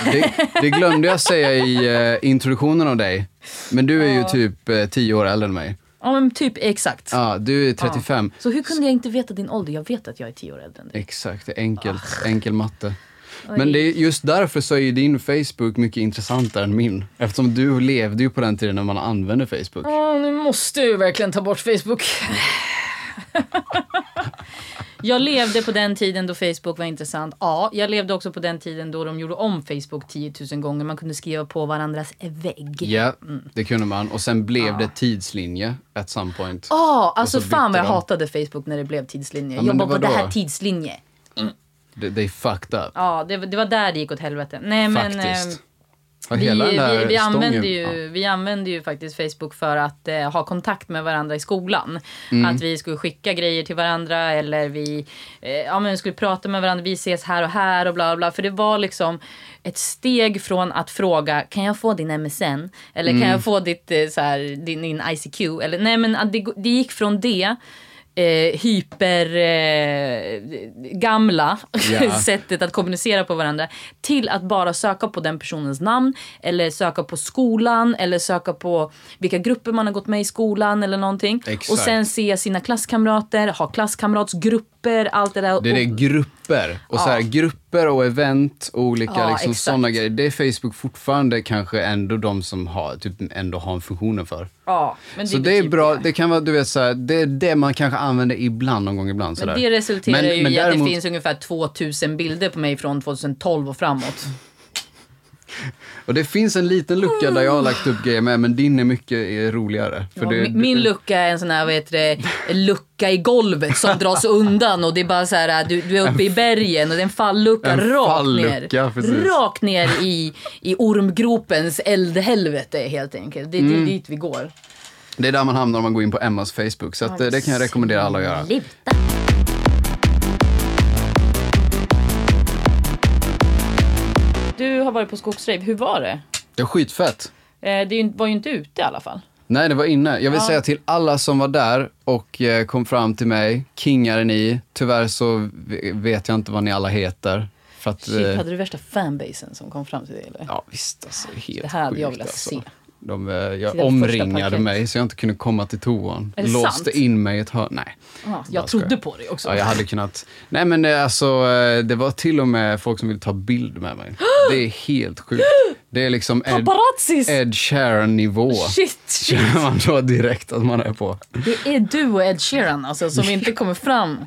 det glömde jag säga i eh, introduktionen av dig. Men du är ju typ eh, 10 år äldre än mig.
Ja, men typ exakt.
Ja, du är 35.
Så hur kunde jag inte veta din ålder? Jag vet att jag är tio år äldre än dig.
Exakt, det är enkelt, enkel matte.
Ah. Oj.
Men det är just därför så är ju din Facebook mycket intressantare än min. Eftersom du levde ju på den tiden när man använde Facebook.
Ja, nu måste du verkligen ta bort Facebook. jag levde på den tiden då Facebook var intressant. Ja, jag levde också på den tiden då de gjorde om Facebook 10 000 gånger. Man kunde skriva på varandras vägg.
Ja,
Mm.
det kunde man. Och sen blev
Ah.
det tidslinje at some point.
Ja, alltså
Och så
fan
bytte
vad jag
de.
hatade Facebook när det blev tidslinje.
men
jag bara,
det var
"Vad det här
då."
tidslinje.
They, they fucked up.
Ja, det, var- det var där det gick åt helvete. Nej men... ehm,
Faktiskt. Har
Vi,
hela den där
vi, vi,
stången-
använder ju,
Ja.
vi använder ju faktiskt Facebook för att eh, ha kontakt med varandra i skolan.
Mm.
Att vi skulle skicka grejer till varandra eller vi eh, ja, men skulle prata med varandra. Vi ses här och här och bla bla, bla. För det var liksom ett steg från att fråga kan jag få din MSN? Eller kan
Mm.
jag få ditt, eh, så här, din, din ICQ? Eller, nej men att det, g- det gick från det Eh, hyper eh, gamla *laughs*
Ja.
sättet att kommunicera på varandra till att bara söka på den personens namn eller söka på skolan eller söka på vilka grupper man har gått med i skolan eller någonting.
Exakt.
Och sen se sina klasskamrater, ha klasskamratsgrupper, allt det där.
Det är det, grupper. Och så här, grupper och event och olika
Ja,
liksom,
Ah. exakt.
sådana grejer. Det är Facebook fortfarande kanske ändå de som har, typ, ändå har en funktionen för.
ja, men det
Så det är
typ
bra, det kan vara, du vet så här, det är det man kanske använder ibland, någon gång ibland. Så
Men
där.
det resulterar
Men-
ju
men
i att
däremot-
det finns ungefär 2000 bilder på mig från 2012 och framåt.
Och det finns en liten lucka där jag har lagt upp grejer med, men din är mycket eh, roligare. För
Ja,
det,
min, min
det-
lucka är en sån här, vad heter det, lucka i golvet som dras undan och det är bara så här, äh, du, du är uppe i bergen och det är en fallucka
En
rakt
fallucka,
ner.
precis.
Rakt ner i, i ormgropens eldhelvete helt enkelt. Det,
Mm.
det är dit vi går.
det är där man hamnar om man går in på Emmas Facebook. Så att, eh, det kan jag rekommendera alla att göra.
Sluta. Du har varit på skogsrave, hur var det?
Det är skitfett.
Eh, Det är ju- var ju inte ute i alla fall.
Nej, det var inne. Jag vill säga till alla som var där och eh, kom fram till mig, kingar är ni. Tyvärr så v- vet jag inte vad ni alla heter. För att,
Shit,
eh,
hade du värsta fanbasen som kom fram till dig eller?
Ja, visst alltså. Helt
Det här hade jag
sjukt,
velat
alltså.
se.
De, eh, jag
första
omringade
parkett.
mig så jag inte kunde komma till toan.
Är det
Låste
sant?
in mig i ett hörn. Nej.
Ja,
Bara skojar.
jag trodde på dig också.
Ja, jag hade kunnat. Nej men eh, alltså, eh, det var till och med folk som ville ta bild med mig. Det är helt sjukt. Det är liksom Ed,
Paparazzis!
Ed Sheeran-nivå.
Shit,
*laughs*
shit.
Känner man då direkt att man är på.
Det är du och Ed Sheeran
*laughs*
alltså, som inte kommer fram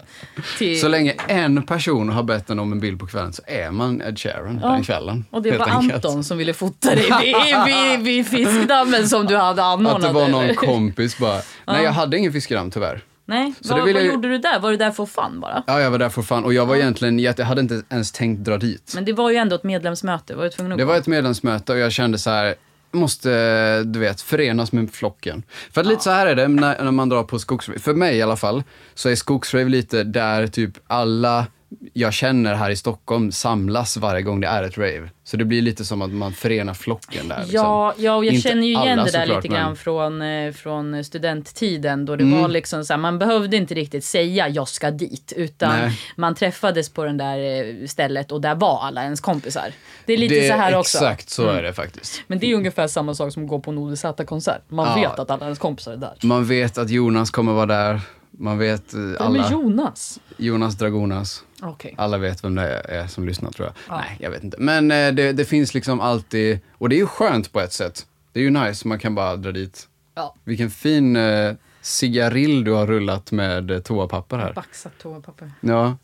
till...
Så länge en person har bett en om en bild på kvällen så är man Ed Sheeran den kvällen.
Och det
helt
var
enkelt.
Anton som ville fota dig vid,
*laughs*
vid, vid fiskdammen som du hade anordnat.
Att det var någon
eller?
kompis bara. Nej, jag hade ingen fiskdamm tyvärr.
Nej,
Så
vad,
det vill
vad
jag ju-
gjorde du där? Var du där för fan bara?
Ja, jag var där för fan. Och jag var egentligen jätte, jag hade inte ens tänkt dra dit.
Men det var ju ändå ett medlemsmöte, var du tvungen att
Det
gå?
var ett medlemsmöte och jag kände så här, måste, du vet, förenas med flocken. För att lite så här är det när, när man drar på skogsrave. För mig i alla fall, så är skogsrave lite där typ alla jag känner här i Stockholm samlas varje gång det är ett rave. Så det blir lite som att man förenar flocken där. Liksom.
Ja, ja, och jag
Inte
känner ju igen
alla
det där
såklart,
lite grann
men- Mm.
från, eh, från studenttiden då det var liksom så här, man behövde inte riktigt säga jag ska dit utan
Nej.
man träffades på den där eh, stället och där var alla ens kompisar. Det är lite
Det-
så här också. Mm.
Exakt så är det faktiskt.
Men det är ju ungefär samma sak som att gå på en ODZ-konsert. Man
Ja.
vet att alla ens kompisar är där.
Man vet att Jonas kommer vara där. Man vet eh,
Vem är
alla.
Jonas?
Jonas Dragonas.
Okej.
Alla vet vem det är som lyssnar tror jag. Nej, jag vet inte. Men eh, det, det finns liksom alltid, och det är ju skönt på ett sätt. Det är ju nice, man kan bara dra dit.
Ja.
Vilken fin eh, cigarill du har rullat med eh, toapapper här.
Baxat toapapper.
Ja.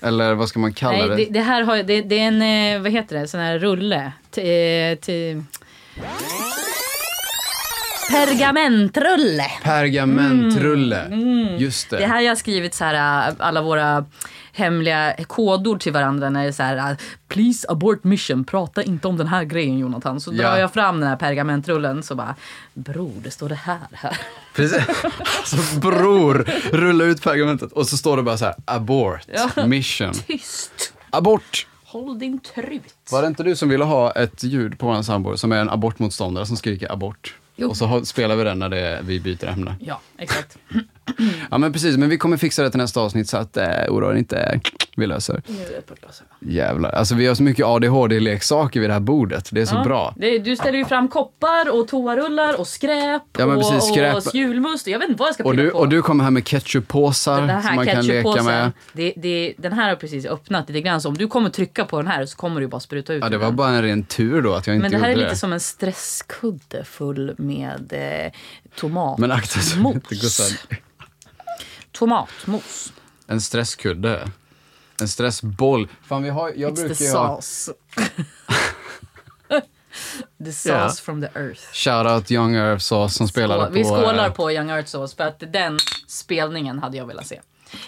Eller vad ska man kalla
Nej,
det?
det, det här har, det, det är en, eh, vad heter det, sån här rulle. T, eh, t, pergamentrulle.
Pergamentrulle. Just det.
Det här jag har skrivit så här, äh, alla våra hemliga kodord till varandra när det är så här äh, “Please abort mission, prata inte om den här grejen Jonathan”. Så
Ja.
drar jag fram den här pergamentrullen så bara “Bror, det står det här här”.
Precis. *laughs* Så bror, rulla ut pergamentet och så står det bara så här, abort, mission.
Tyst!
Abort!
Håll din trut.
Var det inte du som ville ha ett ljud på vår sambo som är en abortmotståndare som skriker abort?
Jo.
Och så har- spelar vi den när det är, vi byter ämne.
Ja, exakt.
Ja men precis, men vi kommer fixa det till nästa avsnitt så att eh, oroa dig inte, vi löser.
Nu är det ett par glasögon.
Jävlar, alltså vi har så mycket ADHD-leksaker vid det här bordet, det är så
Ja.
bra.
Det, du ställer ju fram koppar och toarullar och skräp,
Ja, men precis,
och,
skräp.
och julmust. Jag vet inte vad jag ska
Och
pilla
du,
på.
och du kommer här med ketchuppåsar
Den här
som man kan leka med.
ketchuppåsen, det, det, den här har precis öppnat lite grann så om du kommer trycka på den här så kommer du bara spruta ut
Ja, det
ur
var
den.
bara en ren tur då att jag inte
Men det här är
gjorde
lite som en stresskudde full med eh, tomat.
Men akta så att det inte går
Mos.
sönder.
Tomatmos.
En stresskudde. En stressboll. Fan, vi har, jag
It's the
brukar ju ha...
sauce. *laughs* the sauce
Ja.
from the earth.
Shoutout Young Earth Sauce som spelade
Skål.
på...
Vi skålar
eh,
på Young Earth Sauce för att den spelningen hade jag velat se.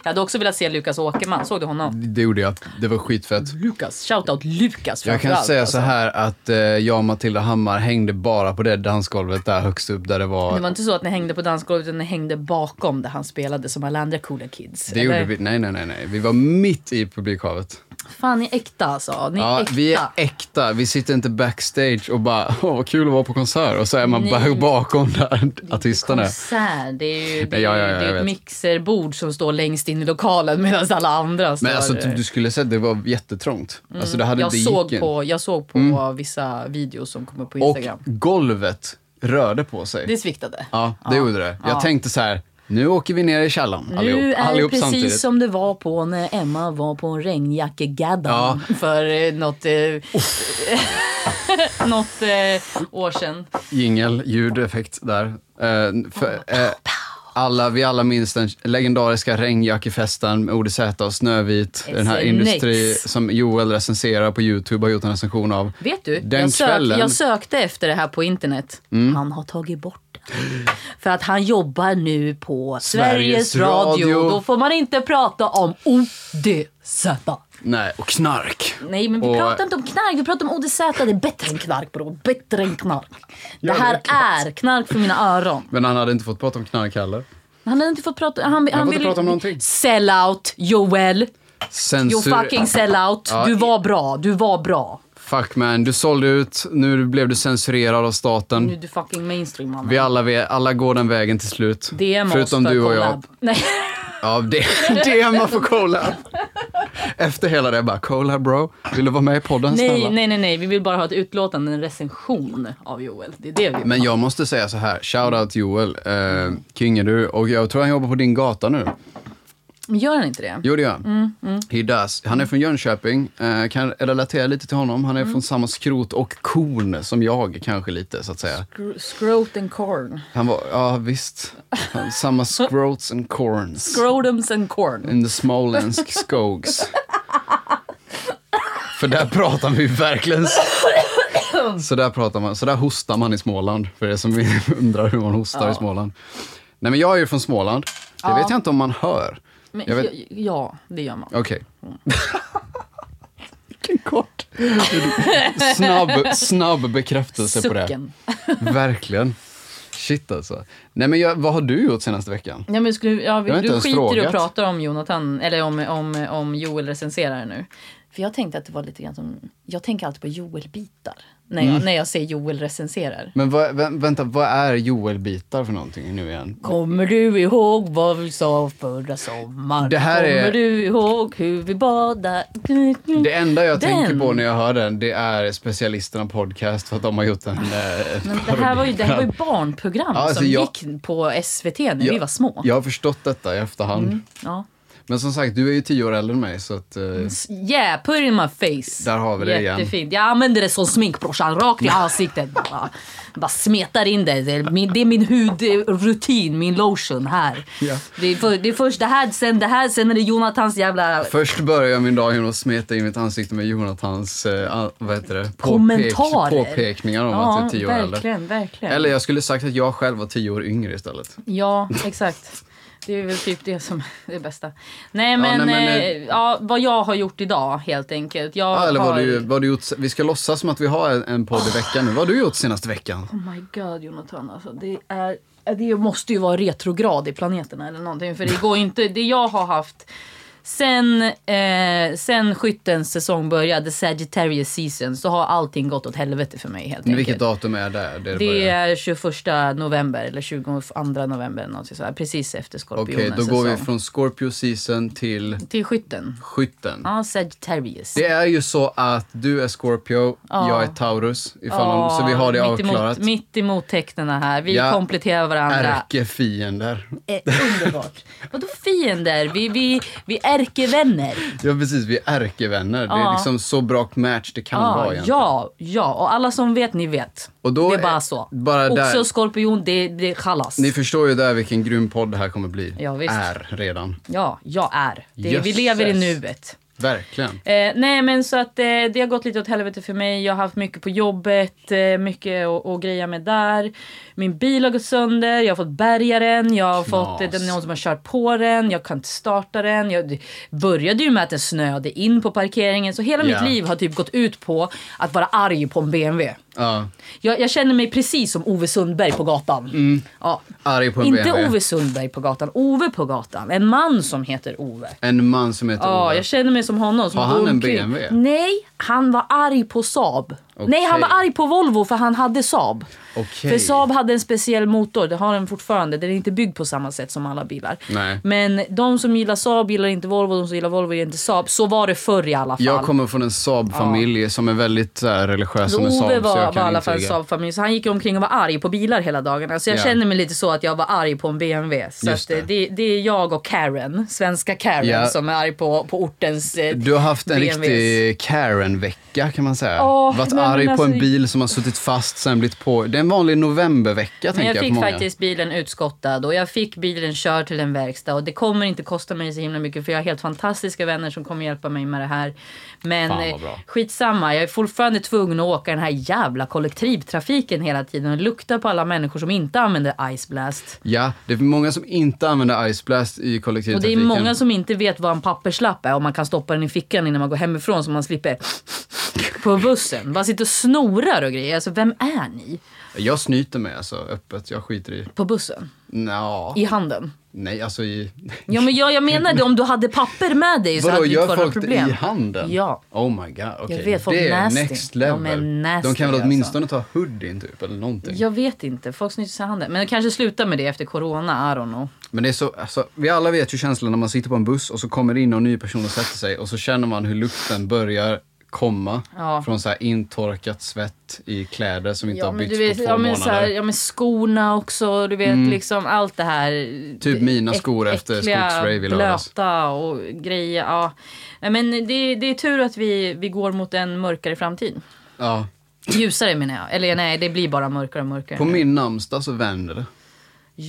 Jag hade också velat se Lukas Åkerman. Såg du honom?
Det gjorde jag. Det var skitfett.
Lukas. Shoutout Lukas
Jag kan
framförallt,
säga
alltså.
så här att eh, jag och Matilda Hammar hängde bara på det dansgolvet där högst upp där det var...
Det var inte så att ni hängde på dansgolvet utan ni hängde bakom där han spelade som alla andra coola kids.
Det gjorde vi. Nej, nej, nej, nej. Vi var mitt i publikhavet.
Fan, ni är äkta alltså. Ni är
Ja,
äkta.
vi är äkta. Vi sitter inte backstage och bara, åh vad kul att vara på konsert. Och så är man
Nej.
bara bakom där artisterna. är.
Konsert, det är ju det är,
Nej, ja, ja, ja,
det är
jag
ett
vet.
mixerbord som står längst in i lokalen *laughs* medan alla andra står...
Men alltså typ, du skulle sett, det var jättetrångt. Alltså det hade
Mm. jag,
inte
såg
gick- Mm.
på, jag såg på vissa videos som kom upp på
Och
Instagram.
golvet rörde på sig.
Det sviktade.
Ja, det gjorde det. Jag tänkte så här, nu åker vi ner i källaren allihop,
Nu är
allihop
det precis
samtidigt.
som det var på när Emma var på en regnjackegaddan för eh, något, eh, *laughs* något eh, år sedan.
Jingel, ljudeffekt där. Eh, för, eh, alla, vi alla minns den legendariska regnjackefesten med ODZ och Snövit. Den här
SNX.
industri som Joel recenserar på YouTube har gjort en recension av.
Vet du,
Den
jag, sök,
kvällen- Mm.
jag sökte efter det här på internet. Han har tagit bort det. För att han jobbar nu på Sveriges,
Sveriges
Radio.
Radio.
Då får man inte prata om ODZ.
Nej, och knark.
Nej, men vi
Och-
pratar inte om knark. Vi pratar om ODZ. Det är bättre än knark, bror. Bättre än knark. Det
Ja, det är
här är knark för mina öron.
Men han hade inte fått prata om knark heller.
Han hade inte fått prata, han, han,
får inte
ville-
prata om någonting.
Sell out, Joel. You
Censur...
fucking sell out.
Ja.
Du var bra, du var bra.
Fuck man, du sålde ut, nu blev du censurerad av
Nu
staten.
är du fucking mainstream mannen.
Vi alla, vet, alla går den vägen till slut.
DM
Förutom
oss för
du och jag.
collab. Nej.
Ja, det, *laughs* det är man får collab. Efter hela det bara, collab bro, vill du vara med i podden *laughs*
nej,
snälla?
nej, nej, nej. Vi vill bara ha ett utlåtande, en recension av Joel. Det är det vi vill
Men
ha.
jag måste säga så här, shoutout Joel, eh, king är du och jag tror han jobbar på din gata nu.
Men Gör han inte det?
Jo, det gör han.
Mm,
He does. Han är från Jönköping. Eh, kan relatera lite till honom.
Mm.
Han är från samma skrot och korn som jag, kanske lite, så att säga.
Gr- Scrot and corn.
Han var, ja visst. Han, samma scroats and corns.
Scrotums and corn.
In the småländsk skogs. För där pratar vi verkligen... s- Så där, pratar man, så där hostar man i Småland, för er som undrar hur man hostar i Småland. Nej, men jag är ju från Småland. Det vet jag inte om man hör.
Men, Mm.
Jag vet-
ja, ja, det gör man.
Okej. Vilken kort. snabb, snabb bekräftelse
Sucken.
på det. Verkligen. Shit alltså. Nej men jag, vad har du gjort senaste veckan?
Ja, men skulle, ja,
har inte
du
ens
skiter i
frågat.
att prata om Jonathan, eller om, om, om Joel recenserar nu. För jag tänkte att det var lite grann som, jag tänker alltid på Joel-bitar. När
Mm.
jag, när jag ser Joel recenserar.
Men vad, vä- vänta, vad är Joel-bitar för någonting nu igen?
Kommer du ihåg vad vi sa förra sommaren?
Det här
Kommer
är-
du ihåg hur vi badade?
Det enda jag
Den.
tänker på när jag hör den, det är specialisterna podcast för att de har gjort en... eh,
Men det här var ju, det här var ju barnprogram
Ja, alltså
som
jag-
gick på SVT när vi var små.
Jag har förstått detta i efterhand.
Ja.
Men som sagt, du är ju tio år äldre än mig så att... eh,
Mm. Yeah, put it in my face.
Där har vi det igen.
Jättefint. Jag använder det som smink brorsan, rakt i ansiktet. Bara, bara smetar in det. Det är min, det är min hudrutin, min lotion här.
Ja.
Det, är för, det är först det här, sen det här, sen är det Jonathans jävla
Först börjar jag min dag genom att smeta in mitt ansikte med Jonathans eh, an- vad heter det?
kommentarer.
påpekningar om att jag är tio år äldre.
verkligen, verkligen.
Eller jag skulle sagt att jag själv var tio år yngre istället.
Ja, exakt. Det är väl typ det som är det bästa. Nej men,
nej, men,
eh, ja, vad jag har gjort idag helt enkelt. Jag
Ah, eller
har...
vad har du, vad har du gjort, vi ska låtsas som att vi har en- en podd i veckan nu. Vad har du gjort senaste veckan?
Oh my god Jonathan alltså. Det, är, eh, det måste ju vara retrograd i planeterna eller någonting. För det går ju inte. Det jag har haft sen, eh, sen skyttens säsong började, Sagittarius season, så har allting gått åt helvete för mig helt
Vilket
enkelt.
datum är det? Det,
Det
börjar?
är 21 november eller 22 november eller någonting sådär. Precis efter skorpionens
Okej, då går vi
säsong.
från Scorpio season till
Till skytten.
skytten.
Ja, Sagittarius.
Det är ju så att du är Scorpio, jag är Taurus. Ifall någon, så vi har det
Ja,
avklarat.
Mitt emot, mitt emot tecknena här. Vi
Ja.
kompletterar varandra.
Ärkefiender.
Eh, underbart. Vadå fiender? Vi, vi, vi ärkevänner.
Ja precis, vi är ärkevänner. Det är
Ja.
liksom så bra match det kan vara
Ja,
egentligen.
ja, ja. Och alla som vet, ni vet.
Och då
det
är-
är bara så.
bara där-
Oxe och skorpion, det, det är chalas.
Ni förstår ju där vilken grym podd det här kommer bli.
Ja, visst.
Är redan.
Ja, jag är. Det, vi
Jösses.
lever i nuet.
Verkligen.
Eh, nej men så att eh, det har gått lite åt helvete för mig. Jag har haft mycket på jobbet, eh, mycket att- att greja med där. Min bil har gått sönder, jag har fått bärga den, jag har fått eh, det är någon som har kört på den, jag kan inte starta den. Jag det började ju med att den snöade in på parkeringen. Så hela
Ja.
mitt liv har typ gått ut på att vara arg på en BMW.
Ja.
Jag, jag känner mig precis som Ove Sundberg på gatan. Ja.
Arg Mm. på en
Inte
BMW.
Ove Sundberg på gatan, Ove på gatan. En man som heter Ove.
En man som heter
Ja,
Ove.
jag känner mig som honom. Som
Har han
går
en
omkring.
BMW?
Nej, han var arg på Saab. Nej, han var arg på Volvo för han hade Saab.
Okej.
För Saab hade en speciell motor, det har den fortfarande. Den är inte byggd på samma sätt som alla bilar.
Nej.
Men de som gillar Saab gillar inte Volvo, de som gillar Volvo gillar inte Saab. Så var det förr i alla fall.
Jag kommer från en Saab-familj som är väldigt så här, religiös
Så
som en Saab.
Ove
så
var,
jag
var i
kan
alla fall
intyga.
Saab-familj, så han gick ju omkring och var arg på bilar hela dagarna. Så jag
Ja.
känner mig lite så att jag var arg på en BMW. Så
Just
att, eh,
det.
det. Det, är jag och Karen, svenska Karen,
Ja.
som är arg på, på ortens eh,
Du har haft en
BMWs.
riktig Karen-vecka kan man säga.
Åh,
Varit
nej, men
arg på en
alltså-
bil som har suttit fast sen blivit på. Det är en vanlig novembervecka
Men
tänker
jag
jag,
fick
på många.
faktiskt bilen utskottad och jag fick bilen körd till en verkstad och det kommer inte kosta mig så himla mycket för jag har helt fantastiska vänner som kommer hjälpa mig med det här. Men
Fan, vad
eh,
bra.
skitsamma, jag är fortfarande tvungen att åka den här jävla kollektivtrafiken hela tiden och lukta på alla människor som inte använder Ice Blast.
Ja, det är många som inte använder Iceblast i
Och det är
kollektivtrafiken.
många som inte vet vad en papperslapp är och man kan stoppa den i fickan innan man går hemifrån så man slipper på bussen. Bara sitter och snorar och grejer. Alltså vem är ni?
Jag snyter mig alltså öppet, jag skiter i...
På bussen?
Nja,
I handen?
nej alltså i...
Ja men jag, jag menade om du hade papper med dig
*laughs*
så
Vadå,
hade du inte
gör
fått några
folk det
problem.
i handen?
Ja.
Oh my god, okej.
Jag vet, folk
det är
nasty.
next
De är
level.
nasty,
De kan väl
alltså.
åtminstone ta hoodien typ, eller någonting.
Jag vet inte, folk snyter i handen. Men det kanske slutar med det efter corona, I don't know.
Men det är så, alltså, vi alla vet ju känslan när man sitter på en buss och så kommer det in någon ny person och sätter sig och så känner man hur lukten börjar komma
Ja.
från så här intorkat svett i kläder som inte
Ja
har
men, du
bytts
vet,
på två
ja, men,
månader.
så här, ja men skorna också, du vet liksom allt det här.
Mm. Typ mina skor efter
äckliga,
skogsrave i lördags.
blöta och grejer. Ja. Nej, Men det, det är tur att vi, vi går mot en mörkare framtid.
Ja.
Ljusare menar jag. Eller nej, det blir bara mörkare och mörkare.
På min namnsdag så vänder det.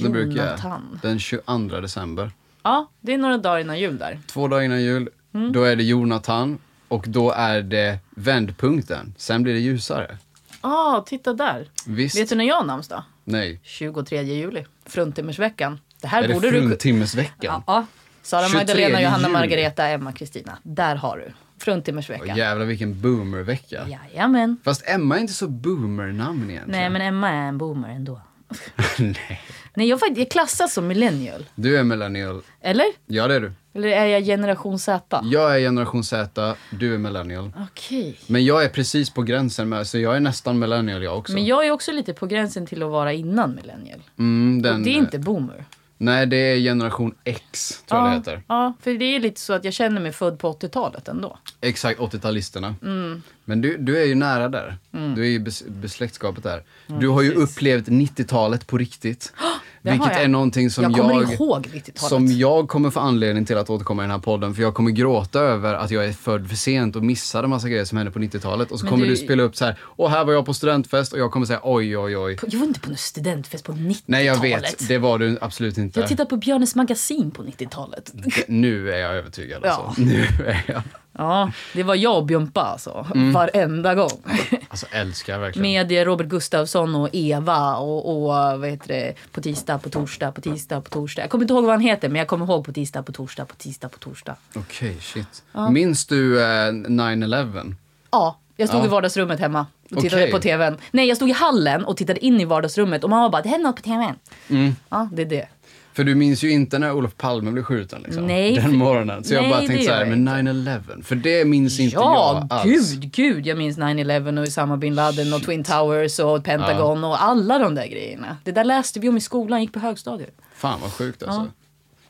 Det brukar jag.
Jonathan.
Den 22 december.
Ja, det är några dagar innan jul där.
Två dagar innan jul,
Mm.
då är det Jonathan och då är det vändpunkten. Sen blir det ljusare.
Ja, ah, titta där.
Visst?
Vet du när jag har namnsdag?
Nej.
23 juli. Fruntimmersveckan. Det här
Är
borde
det
du...
fruntimmersveckan?
Ja, ja. Sara
23
Magdalena, Johanna,
juli.
Margareta, Emma, Kristina. Där har du. Fruntimmersveckan.
Åh, jävlar vilken boomervecka.
Jajamän.
Fast Emma är inte så boomer-namn
Nej,
egentligen.
men Emma är en boomer ändå.
*laughs* Nej.
Nej, jag, fakt- jag klassas som millennial.
Du är millennial.
Eller?
Ja, det är du.
Eller är jag generation Z?
Jag är generation Z, du är millennial.
Okej.
Men jag är precis på gränsen med, så jag är nästan millennial jag också.
Men jag är också lite på gränsen till att vara innan millennial.
Mm, den,
Och det är inte boomer.
Nej, det är generation X, tror jag
ja,
det heter.
Ja, för det är lite så att jag känner mig född på 80-talet ändå.
Exakt, 80-talisterna.
Mm.
Men du, du är ju nära där. Du är ju bes, besläktskapet där. du har ju upplevt 90-talet på riktigt.
*gasps* det
vilket
har jag.
är någonting som
jag
jag...
kommer ihåg 90-talet.
Som jag kommer få anledning till att återkomma i den här podden. För jag kommer gråta över att jag är född för sent och missade massa grejer som hände på 90-talet. Och så
Men
kommer
du-
du... spela upp så här. Och här var jag på studentfest och jag kommer säga oj, oj, oj.
Jag var inte på någon studentfest på 90-talet.
Nej, jag vet. Det var du absolut inte.
Jag tittade på Björnes magasin på 90-talet.
Mm. Nu är jag övertygad
Ja.
alltså. Nu är jag.
Ja, det var jag och Björnpa alltså.
Mm. *laughs*
Varenda gång.
Alltså älskar jag verkligen.
Med eh, Robert Gustafsson och Eva och, och vad heter det, på tisdag, på torsdag, på tisdag, på torsdag. Jag kommer inte ihåg vad han heter men jag kommer ihåg på tisdag, på torsdag, på tisdag, på torsdag.
Okej, shit. Minns du eh, 9-11?
Ja, jag stod
Ja.
i vardagsrummet hemma och tittade
Okej.
på tvn. Nej, jag stod i hallen och tittade in i vardagsrummet och mamma bara “det händer något på tvn”.
Mm.
Ja, det är det.
För du minns ju inte när Olof Palme blev skjuten liksom,
Nej, för-
den morgonen. Så jag
Nej,
bara
det
tänkte så här,
gör jag
men 9-11, för det minns inte
ja,
jag alls.
gud, gud. Jag minns 9-11 och Usama bin Laden och Twin Towers och Pentagon och alla de där grejerna. Det där läste vi om i skolan, gick på högstadiet.
Fan vad sjukt alltså.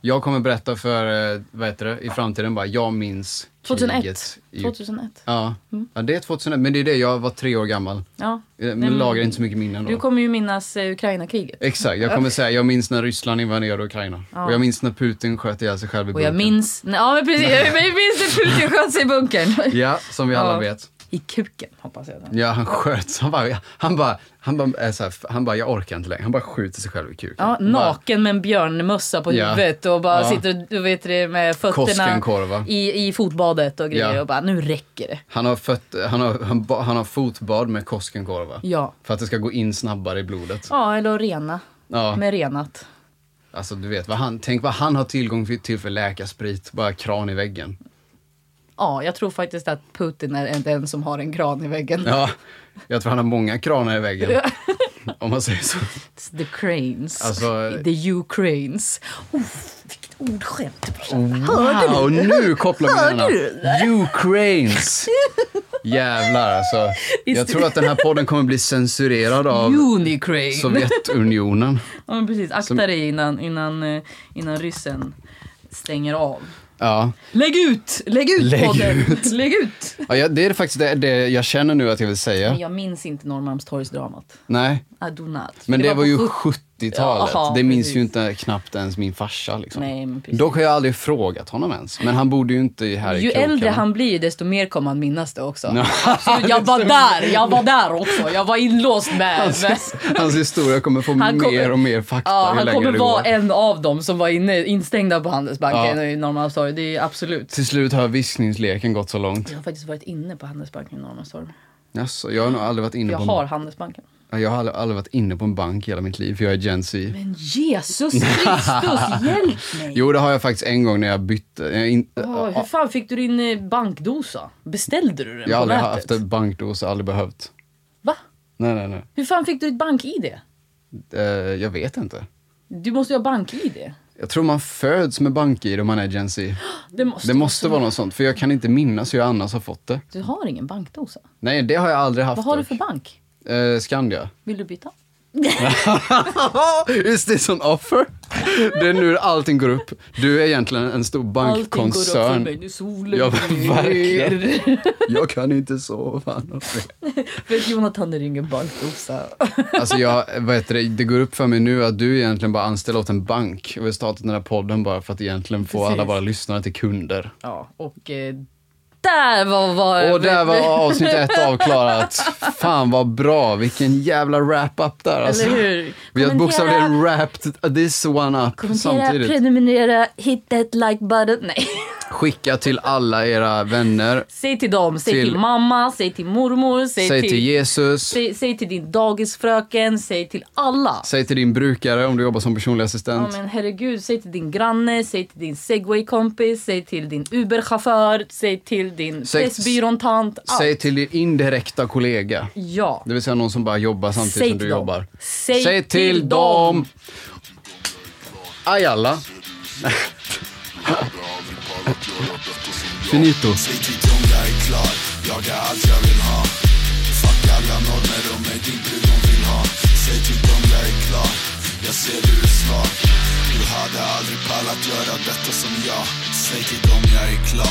Jag kommer berätta för, eh, vad heter det, i framtiden bara, jag minns
2001.
kriget. i-
2001.
Ja.
Mm.
ja, det är 2001, men det är det, jag var tre år gammal.
Ja.
Eh,
Nej,
Men
men-
lagrar inte så mycket minnen då.
Du kommer ju minnas eh, Ukraina-kriget.
Exakt, jag kommer säga, jag minns när Ryssland invaderade Ukraina. Och jag minns när Putin sköt ihjäl sig själv i
Och jag
bunkern.
minns... Nej, ja, men precis. Jag minns när Putin sköt sig i bunkern.
*laughs* Ja, som vi alla
Ja.
vet.
I kuken, hoppas jag.
Ja, han sköts. Han bara, han bara, han bara, är så här, han bara, jag orkar inte längre. Han bara skjuter sig själv i kuken.
Ja,
Han bara,
naken med en björnmössa på
Ja.
huvudet och bara
Ja.
sitter och, du vet det, med fötterna
Koskenkorva.
i, i fotbadet och grejer
Ja.
och bara nu räcker det.
Han har, fött, han, har, han, ba- han har fotbad med Koskenkorva.
Ja.
För att det ska gå in snabbare i blodet.
Ja, eller att rena.
Ja.
Med renat.
Alltså du vet, vad han, tänk vad han har tillgång för- till för läkarsprit. Bara kran i väggen.
Ja, jag tror faktiskt att Putin är den som har en kran i väggen.
Ja, jag tror han har många kranar i väggen. *laughs* Om man säger så.
It's the cranes.
Alltså-
The Ukraines. Oh, vilket ordskämt.
Wow, nu kopplar vi
Hörde
den här. Ukraines. Jävlar alltså. Jag tror att den här podden kommer bli censurerad av
Unicrane.
Sovjetunionen.
Ja, men precis. Akta dig innan, innan, eh, innan ryssen stänger av.
Ja.
Lägg ut! Lägg ut
Lägg
podden! Lägg ut!
ja, jag- det är faktiskt det, det jag känner nu att jag vill säga.
Men jag minns inte Norrmalmstorgsdramat.
Nej,
I do not.
men det, var,
på
ju
sjut-
70-talet.
Jaha,
det minns
precis.
ju inte knappt ens min farsa. Liksom.
Nej, men precis.
Dock har jag aldrig frågat honom ens. Men han bodde ju inte här i
ju
krokarna. *laughs*
äldre han blir desto mer kommer han minnas det också.
Ja.
Absolut, jag var där, jag var där också. Jag var inlåst med. med.
Hans, hans historia kommer få
Han kommer-
mer och mer fakta
Ja,
ju
han
längre
kommer
det
vara
går.
en av dem som var inne, instängda på Handelsbanken
Ja.
i Norrmalmstorg. Det är absolut.
Till slut har viskningsleken gått så långt.
Jag har faktiskt varit inne på Handelsbanken i Norrmalmstorg.
Jaså, jag har nog aldrig varit inne
Jag
på en-
har Handelsbanken.
Ja, Jag har aldrig, aldrig varit inne på en bank i hela mitt liv, för jag är Gen Z.
Men Jesus *laughs* Kristus, hjälp mig!
Jo, det har jag faktiskt en gång när jag bytte. Jag, in,
Åh, hur fan fick du din eh, bankdosa? Beställde du den
jag har
på
aldrig
nätet?
haft en bankdos, aldrig behövt.
Va?
Nej, nej, nej.
Hur fan fick du ditt bank-id?
Eh, jag vet inte.
Du måste ju ha bank-id.
Jag tror man föds med bank-id om man är Gen Z.
Det måste,
Det måste vara något sånt, för jag kan inte minnas hur jag annars har fått det.
Du har ingen bankdosa.
Nej, det har jag aldrig haft.
Vad har du
dock.
för bank?
Eh, Skandia.
Vill du byta?
Is this an offer? Det är nu allting går upp. Du är egentligen en stor
Allting går upp för
bankkoncern.
mig nu, solen
Ja,
går ner.
verkligen. *laughs* Jag kan inte sova.
Vet Jonathan ringer bankdosa.
Alltså jag, vad heter det, det går upp för mig nu att du egentligen bara anställer åt en bank. Och vi har startat den här podden bara för att egentligen få
Precis. Äh,
alla våra lyssnare till kunder.
Ja, och eh, där var... var
Och där var avsnitt ett avklarat. Fan vad bra, vilken jävla wrap-up där alltså.
Eller hur?
Vi har
Kommentera-
bokstavligen wrapped this one up
Kommentera,
samtidigt.
prenumerera, hitta ett like button. Nej.
Skicka till alla era vänner.
Säg till dem, säg till,
Till-
mamma, säg till mormor, säg,
Säg
till,
till Jesus.
säg, säg till din dagisfröken, säg till alla.
Säg till din brukare om du jobbar som personlig
Ja
assistent.
men herregud, säg till din granne, säg till din segway-kompis, säg till din uber-chaufför, säg till din
Säg-
pressbyrån-tant. allt.
Säg till din indirekta kollega.
Ja.
Det vill säga någon som bara jobbar samtidigt
Säg
som
till
du
dem.
jobbar.
Säg till
till dem! Aj alla. Finito.
Säg till dem jag är klar, jag är allt jag vill ha Fuck alla normer, de är din brud de vill ha Säg till dem jag är klar, jag ser du är svag Du hade aldrig pallat göra detta som jag Säg till dem jag är klar,